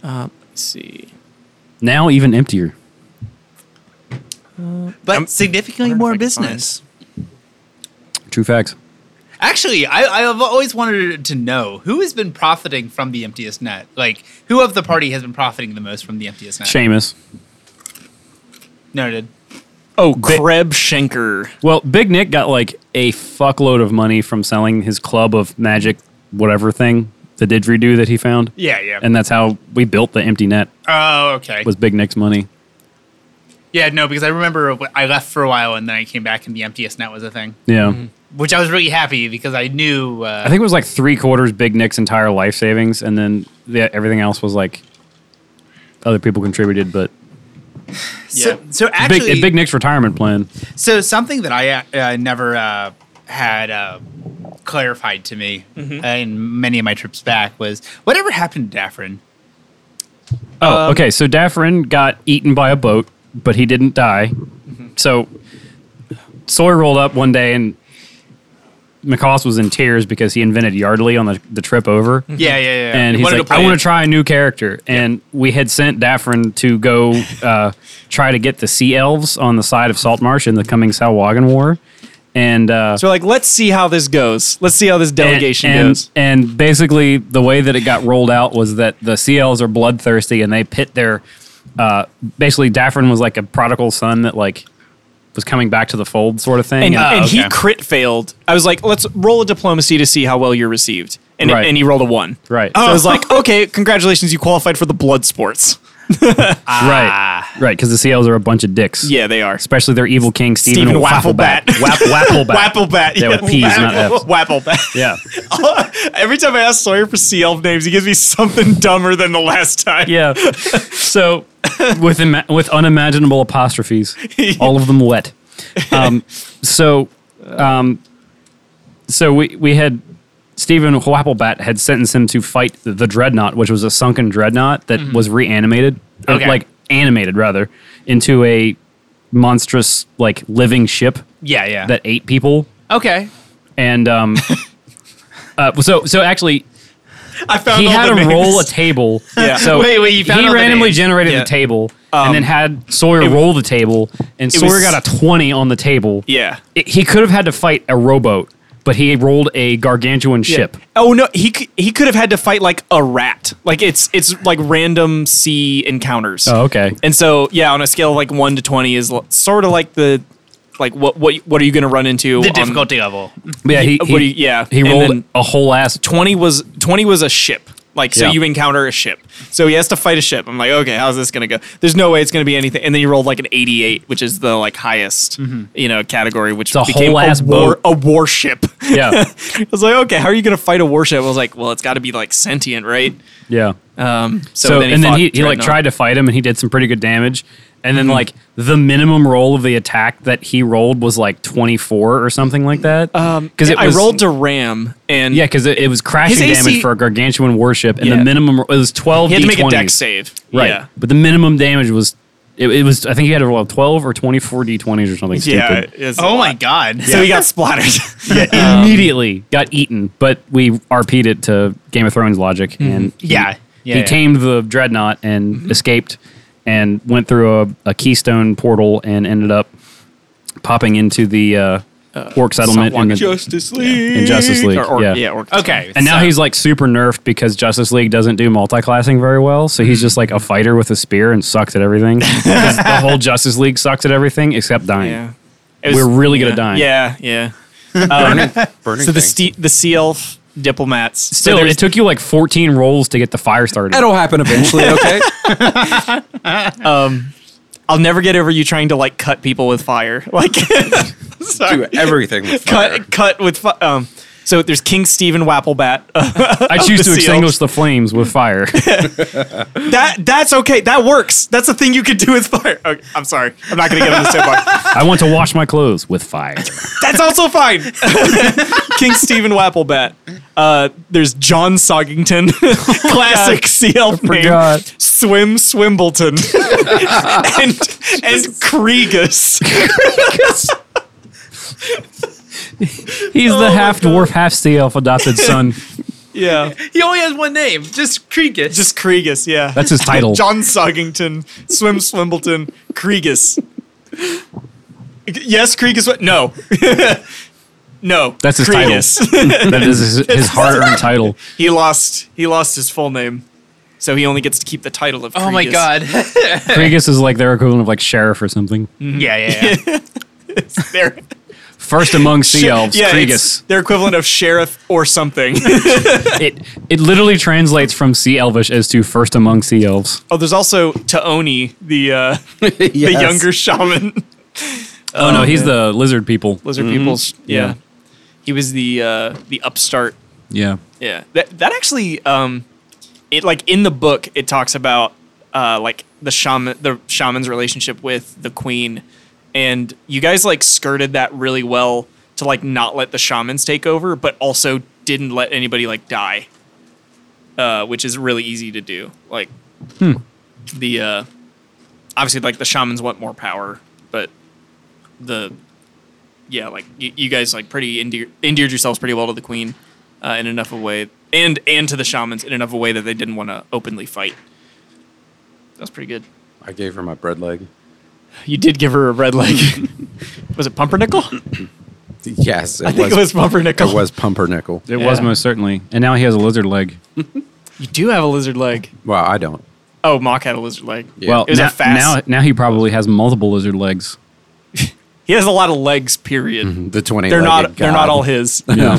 Uh, let's see. now even emptier. But I'm- significantly wonder if more I can business. True facts. Actually, I, I've always wanted to know who has been profiting from the emptiest net. Like, who of the party has been profiting the most from the emptiest net? Seamus. Noted. Oh, Kreb Schenker. Well, Big Nick got like a fuckload of money from selling his club of magic, whatever thing, the didgeridoo that he found, Yeah, yeah. and that's how we built the empty net. oh, okay. Was Big Nick's money? yeah, no, because I remember wh- I left for a while and then I came back and the emptiest net was a thing, Yeah, which I was really happy because I knew. Uh, I think it was like three quarters Big Nick's entire life savings, and then the, everything else was like other people contributed, but so, yeah. so actually, Big Big Nick's retirement plan. So something that I uh, never uh, had uh, clarified to me uh, in many of my trips back was whatever happened to Daffrin. Oh, okay. So Daffrin got eaten by a boat, but he didn't die. So Sawyer rolled up one day and McCoss was in tears because he invented Yardley on the, the trip over. Mm-hmm. Yeah, yeah, yeah. And He he's wanted like, to I play want it. to try a new character. And we had sent Daffrin to go uh, try to get the sea elves on the side of Saltmarsh in the coming Salwagon War. And uh, So, like, let's see how this goes. Let's see how this delegation and, goes. And, and basically, the way that it got rolled out was that the CLs are bloodthirsty, and they pit their. Uh, basically, Daffrin was like a prodigal son that like was coming back to the fold, sort of And, thing. And- and he okay. crit failed. I was like, let's roll a diplomacy to see how well you're received. And, Right. and he rolled a one. Right. Oh. So I was like, okay, congratulations, you qualified for the blood sports. uh, right. Right, because the CLs are a bunch of dicks. Yeah, they are. Especially their evil king, Stephen, Stephen Wafflebat. Wafflebat. Wap, Wafflebat. Wapplebat. Yeah, with P's, not F's. Wapplebat. Yeah. Every time I ask Sawyer for sea elf names, he gives me something dumber than the last time. Yeah. So, with, ima- with unimaginable apostrophes, all of them wet. Um, so, um, so we, we had Stephen Wapplebat had sentenced him to fight the, the dreadnought, which was a sunken dreadnought that was reanimated, uh, Okay. like animated rather, into a monstrous like living ship Yeah, yeah. that ate people. okay. And um, uh, so so actually, I found he all had the to names. roll a table. Yeah. So Wait, wait, you found he all the randomly names. generated Yeah. the table Um, and then had Sawyer roll the table, and Sawyer was- got a twenty on the table. Yeah. It- he could have had to fight a rowboat, but he rolled a gargantuan ship. Oh no, he c- he could have had to fight like a rat. Like it's it's like random sea encounters. Oh, okay. And so yeah, on a scale of like one to twenty is l- sort of like the like what what what are you going to run into? The on- difficulty level. But yeah, he, What he- do you- yeah. he And rolled then- a whole ass. 20 was 20 was a ship like so Yeah. you encounter a ship so he has to fight a ship i'm like okay how's this gonna go there's no way it's gonna be anything and then you rolled like an 88 which is the like highest you know category which Mm-hmm. It's a became whole ass boat. a warship Yeah. i was like okay how are you gonna fight a warship i was like well it's gotta be like sentient right Yeah. um so, So, and then fought he, he like Dreadnought. tried to fight him and he did some pretty good damage. And then like the minimum roll of the attack that he rolled was like 24 or something like that. Um, cuz it i was, rolled to ram and Yeah, cuz it, it was crashing His AC damage for a gargantuan warship and Yeah. the minimum ro- it was 12 he had to make a D20s. deck save Right. yeah But the minimum damage was it, it was I think he had to roll 12 or 24 d20s or something yeah stupid. it's- Oh my god. so he got splattered Um, Immediately got eaten, but we RP'd it to Game of Thrones logic Mm-hmm. and he- Yeah. Yeah, he yeah. tamed the dreadnought and escaped and went through a, a keystone portal and ended up popping into the uh, orc settlement in, the- justice league in Justice League. or, or- yeah. yeah, or- Okay. And now he's like super nerfed because Justice League doesn't do multi-classing very well. So Hmm. he's just like a fighter with a spear and sucks at everything. 'Cause the whole Justice League sucks at everything except dying. yeah It We're really good yeah. at dying. Yeah, yeah. burning, burning So the thing. ste the sea elf diplomats. So Still, there's- it took you like 14 rolls to get the fire started. That'll happen eventually, okay? I'll never get over you trying to like cut people with fire. Like Do everything with fire. cut cut with fi- um. So there's King Stephen Wapplebat. Uh, I choose to the extinguish the flames with fire. that that's okay. That works. That's a thing you can do with fire. Okay, I'm sorry. I'm not gonna get on the soapbox. I want to wash my clothes with fire. That's also fine. King Stephen Wapplebat. Uh, there's John Soggington, classic sea elf name. forgot. Swim Swimbleton, and and Kriegus. He's Oh the half dwarf, half sea elf adopted son. Yeah. he only has one name, just Creakus. Just Kriegus, yeah. That's his title. John Soggington, Swim Swimbleton, Kriegus. Yes, Kriegus. What? No. no. That's his title. That is his, his hard-earned title. he lost. He lost his full name, so he only gets to keep the title of. oh my Kriegus. god. Kriegus is like their equivalent of like sheriff or something. Mm-hmm. yeah, yeah, yeah. They're, First among sea elves, yeah, it's Kriegus. their equivalent of sheriff or something. It it literally translates from sea elvish as to first among sea elves. oh, there's also Taoni, the uh, the Yes. younger shaman. Oh, no, he's the lizard people. Lizard peoples. Mm-hmm. Yeah. Yeah. he was the uh, the upstart Yeah. Yeah. That that actually um it like in the book it talks about uh like the shaman the shaman's relationship with the queen and you guys like skirted that really well to like not let the shamans take over but also didn't let anybody like die. Uh which is really easy to do. Like the uh obviously like the shamans want more power, but the yeah, like you, you guys like pretty endear, endeared yourselves pretty well to the queen uh, in enough of a way, and and to the shamans in enough of a way that they didn't want to openly fight. That's pretty good. I gave her my bread leg. You did give her a red leg. was it pumpernickel? Yes, it I think it was pumpernickel. It was pumpernickel. It Yeah. was most certainly. And now he has a lizard leg. You do have a lizard leg. Well, I don't. Oh, Mock had a lizard leg. Yeah. Well, It was a now, fast- now now he probably has multiple lizard legs. He has a lot of legs. Period. The twenty. They're not. They're not all uh-huh. his. Yeah.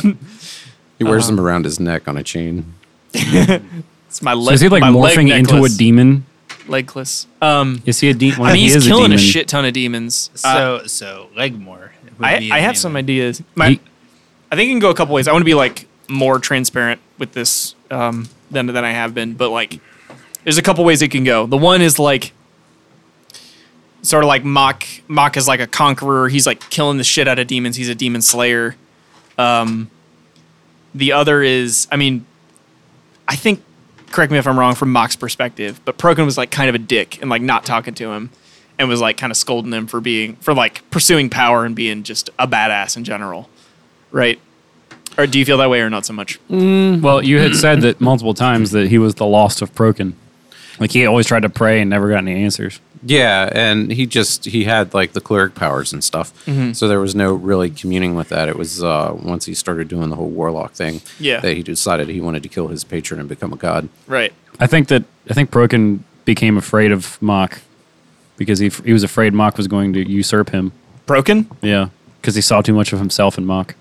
He wears them around his neck on a chain. It's my leg. So is he like my leg morphing into a necklace. demon? legless. Um, Is he a demon? I mean, he's killing a shit ton of demons. Uh, So so Legmore. I, would be I the name. have some ideas. My, He- I think it can go a couple ways. I want to be like more transparent with this um, than than I have been, but like, there's a couple ways it can go. The one is like, sort of like mock mock is like a conqueror. He's like killing the shit out of demons. He's a demon slayer. Um, the other is, I mean, I think. Correct me if I'm wrong from Mock's perspective, but Prokin was like kind of a dick and like not talking to him, and was like kind of scolding him for being for like pursuing power and being just a badass in general, right? Or do you feel that way or not so much? Well, you had said that multiple times that he was the lost of Prokin. Like he always tried to pray and never got any answers. Yeah, and he just he had like the cleric powers and stuff, Mm-hmm. so there was no really communing with that. It was uh, once he started doing the whole warlock thing, Yeah. that he decided he wanted to kill his patron and become a god. Right. I think that I think Prokin became afraid of Mock because he he was afraid Mock was going to usurp him. Broken. Yeah, because he saw too much of himself in Mock.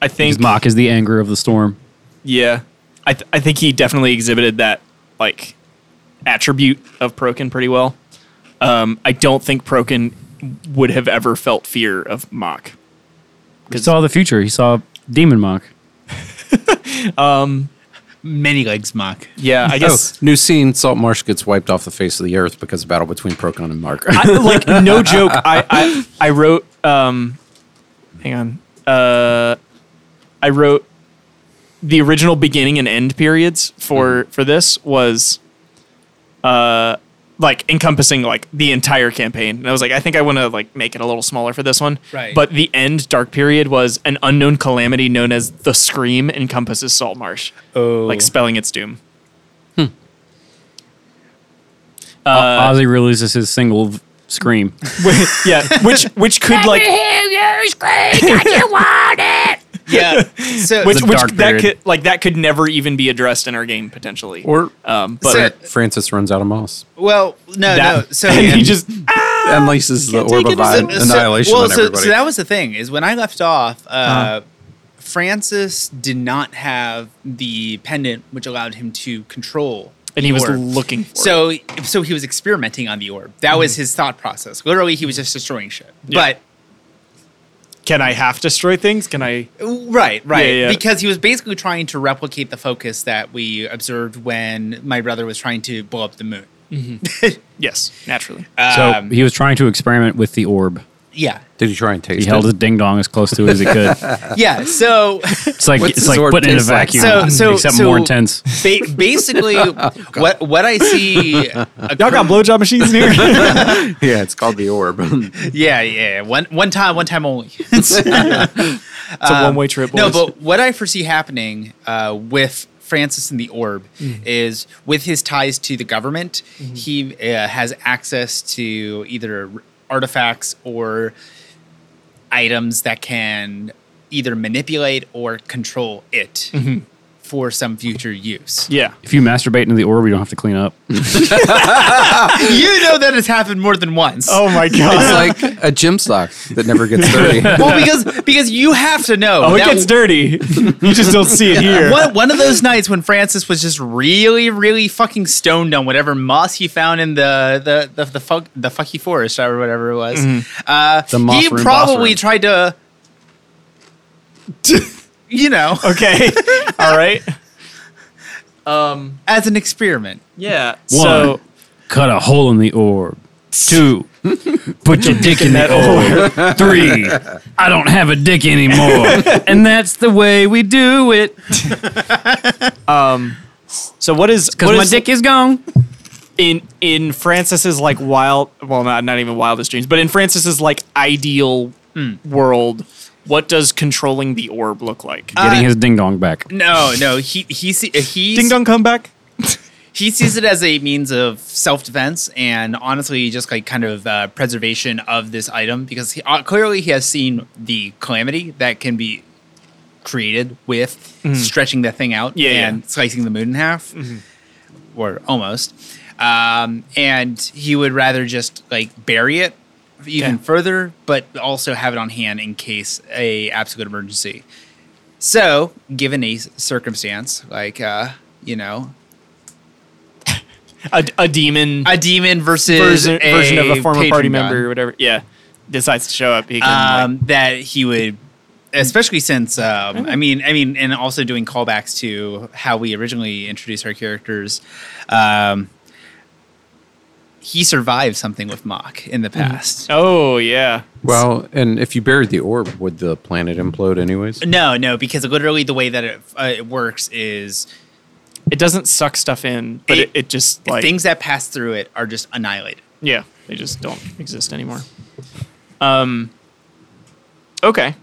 I Because think. Mock is the anger of the storm. Yeah. I th- I think he definitely exhibited that like attribute of Prokin pretty well. Um, I don't think Prokin would have ever felt fear of Mock. He saw the future. He saw demon Mock. many legs mock. Yeah, I guess. Oh, new scene: Salt Marsh gets wiped off the face of the earth because of battle between Procon and Mark. I, like no joke. I I, I wrote. Um, hang on. Uh, I wrote the original beginning and end periods for for this was, uh, like encompassing like the entire campaign. And I was like, I think I want to like make it a little smaller for this one. Right. But the end dark period was an unknown calamity known as the Scream encompasses Salt Marsh. Oh. Like spelling its doom. Ozzy releases his single v- "Scream." yeah, which which could like Yeah. So which The which dark that period. could like that could never even be addressed in our game potentially. or um, but but Francis runs out of moss well, no, that, no. So and he just and laces the orb of So- I- annihilation So, well, on so, everybody. so that was the thing is when I left off, uh, Francis did not have the pendant which allowed him to control. and he the was orb. looking for it. Mm-hmm. So, so he was experimenting on the orb. That was his thought process. Literally, he was just destroying shit. Yeah. Can I half destroy things? Can I? But right, right, Yeah, yeah. because he was basically trying to replicate the focus that we observed when my brother was trying to blow up the moon. Yes, naturally. so Um, he was trying to experiment with the orb. yeah, Did he try and taste He held it? his ding dong as close to it as he could. yeah. So. It's like What's it's his like orb putting it in a taste like? vacuum, So- so- except so- more intense. Ba- basically, what what I see, Oh, Y'all got blowjob machines in here. Yeah, it's called the orb. yeah, yeah, one one time, one time only. it's a one way trip. Um, no, boys. but what I foresee happening uh, with Francis and the Orb Mm. is with his ties to the government, Mm-hmm. he uh, has access to either artifacts or items that can either manipulate or control it for some future use. Mm-hmm. yeah, If you masturbate into the orb, you don't have to clean up. you know that has happened more than once. Oh my god. it's like a gym sock that never gets dirty. Well, because because you have to know. Oh, it that gets dirty. you just don't see it here. one, one of those nights when Francis was just really, really fucking stoned on whatever moss he found in the the the the, fuck, the fucky forest or whatever it was. Mm-hmm. Uh, The moss he room, boss probably room. tried to, you know, Okay. All right. as an experiment. Yeah. One, So cut a hole in the orb. Two, put your dick in that orb. Three, I don't have a dick anymore, Uh, and that's the way we do it so what is because what my is- dick is gone. in in Francis's like wild well not not even wildest dreams, but in Francis's like ideal world, what does controlling the orb look like? Getting his ding dong back. No, no, he he see, he Ding dong comeback. he sees it as a means of self defense and honestly just like kind of uh, preservation of this item because he, uh, clearly he has seen the calamity that can be created with stretching that thing out Mm-hmm. Yeah, Mm-hmm. yeah. and slicing the moon in half or almost. Um, and he would rather just like bury it even Yeah. further, but also have it on hand in case a absolute emergency. So, given a s- circumstance like uh, you know a, a demon a demon versus version, a version of a former patron party god. member or whatever. Yeah, decides to show up. He can, um, that he would, especially since um, Mm-hmm. I mean, I mean, and also doing callbacks to how we originally introduced our characters. Um, he survived something with Mach in the past. like, oh yeah, Well, and if you buried the orb, would the planet implode anyways? No, no, because literally the way that it, uh, it works is it doesn't suck stuff in, but it, It- it, just like things that pass through it are just annihilated. yeah, they just don't exist anymore. Um. Okay.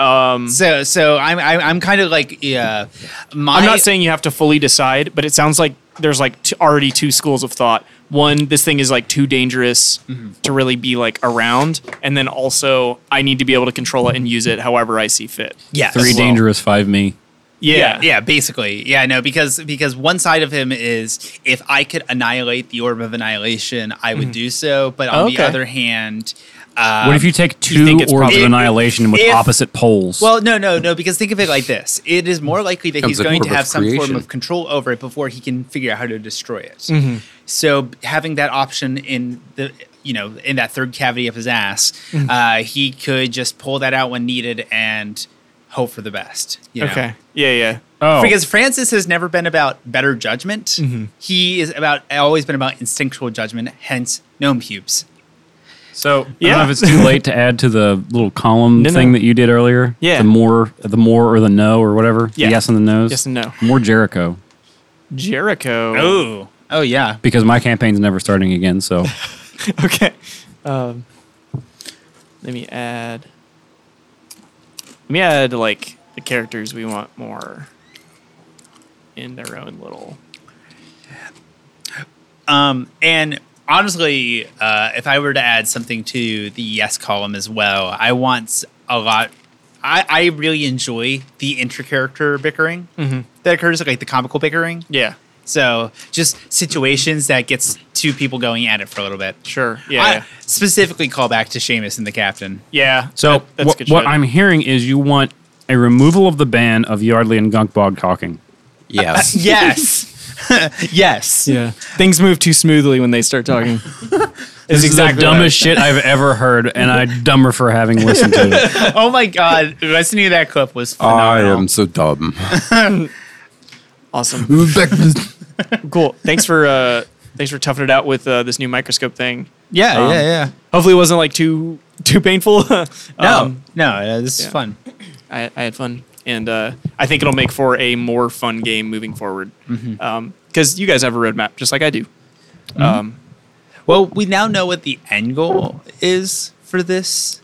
Um. So, so I'm I'm, I'm kind of like yeah. My, I'm not saying you have to fully decide, but it sounds like there's like t- already two schools of thought. One, this thing is like too dangerous Mm-hmm. to really be like around, and then also I need to be able to control it and use it however I see fit. yes. Three Well, dangerous, five me. Yeah, yeah yeah basically yeah no because because one side of him is if i could annihilate the orb of annihilation i would do so but on the Okay. other hand uh Mm-hmm. What if you take two think it's orbs probably- of annihilation with If- opposite poles? well no no no because think of it like this it is more likely that Becomes he's an going orb to of have some form creation. of control over it before he can figure out how to destroy it Mm-hmm. so having that option in the you know in that third cavity of his ass Mm-hmm. uh he could just pull that out when needed and hope for the best you know? Okay. Yeah, yeah. oh, Because Francis has never been about better judgment. Mm-hmm. He is about always been about instinctual judgment, hence gnome pubes. so I don't Yeah. know if it's too late to add to the little column No, no. thing that you did earlier. Yeah. the more, the more or the no or whatever. The Yeah. yes and the no's. Yes and no. More Jericho Jericho. Oh. Oh yeah. because my campaign's never starting again. So Okay. Um, let me add. Let me add like the characters we want more in their own little. Um and honestly, uh, if I were to add something to the yes column as well, I want s- a lot I, I really enjoy the intra-character bickering that occurs, like the comical bickering. Mm-hmm. Yeah. So just situations that gets two people going at it for a little bit. Sure. Yeah. I yeah. specifically call back to Seamus and the captain. Yeah. So that- that's what- good what shit. I'm hearing is you want a removal of the ban of Yardley and Gunkbog talking. Yes. Yes. yes. yeah. Things move too smoothly when they start talking. This exactly what is the I dumbest shit I've ever heard, and I'm dumber for having listened to it. Oh my god, listening to that clip was I phenomenal. am so dumb. awesome. cool. Thanks for uh, thanks for toughing it out with uh, this new microscope thing. Yeah, Um, yeah, yeah. Hopefully, it wasn't like too too painful. No, Um, no, uh, this yeah. is fun. I, I had fun, and uh, I think it'll make for a more fun game moving forward. Because you guys have a roadmap, just like I do. Um, Well, we now know what the end goal is for this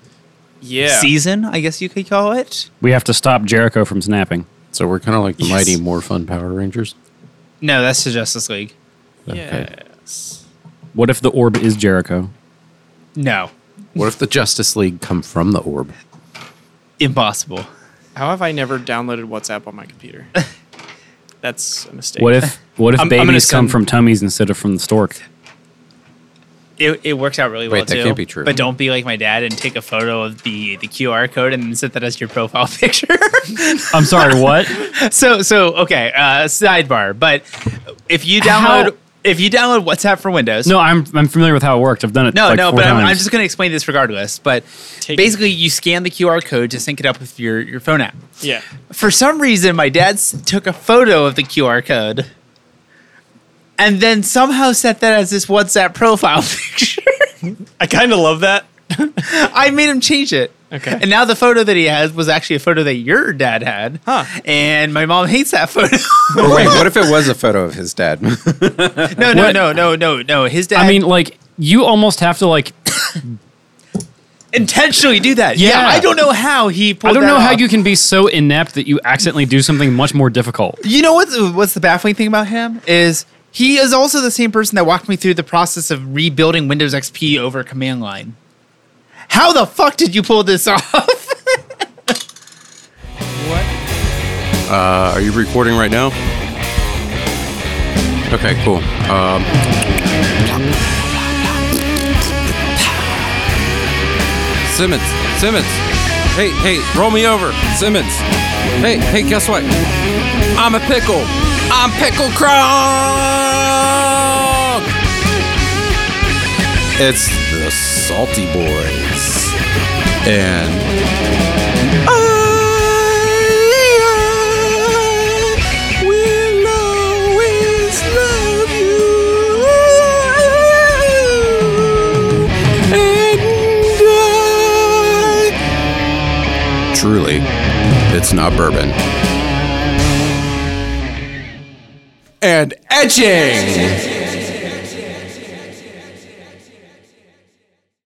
yeah, season, I guess you could call it. We have to stop Jericho from snapping. So we're kind of like the Yes. mighty, more fun Power Rangers. No, that's the Justice League. yes. What if the orb is Jericho? No, What if the Justice League come from the orb? impossible. How have I never downloaded WhatsApp on my computer? That's a mistake. What if what if I'm- I'm gonna babies come send- from tummies instead of from the stork? It, it works out really Wait, well that too. can't be true. But don't be like my dad and take a photo of the, the QR code and then set that as your profile picture. I'm sorry, what? so so okay, uh, sidebar. But if you download How- if you download WhatsApp for Windows, No, I'm I'm familiar with how it worked. I've done it. No, like no, four but I'm, times. I'm just going to explain this regardless. But Take it. basically, you scan the QR code to sync it up with your, your phone app. Yeah. For some reason, my dad s- took a photo of the QR code and then somehow set that as this WhatsApp profile picture. I kind of love that. I made him change it. Okay. And now the photo that he has was actually a photo that your dad had. Huh. And my mom hates that photo. Or wait, what if it was a photo of his dad? no, no, What? no, no, no, no. His dad I mean, like you almost have to like intentionally do that. Yeah. I don't know how he pulled I don't that know how off. you can be so inept that you accidentally do something much more difficult. You know what's what's the baffling thing about him is he is also the same person that walked me through the process of rebuilding Windows XP over command line. How the fuck did you pull this off? Uh, are you recording right now? Okay, cool. Um, Simmons, Simmons. Hey, hey, roll me over, Simmons. Hey, hey, guess what? I'm a pickle. I'm pickle crunk. It's the Salty Boys. And truly, it's not bourbon. And etching.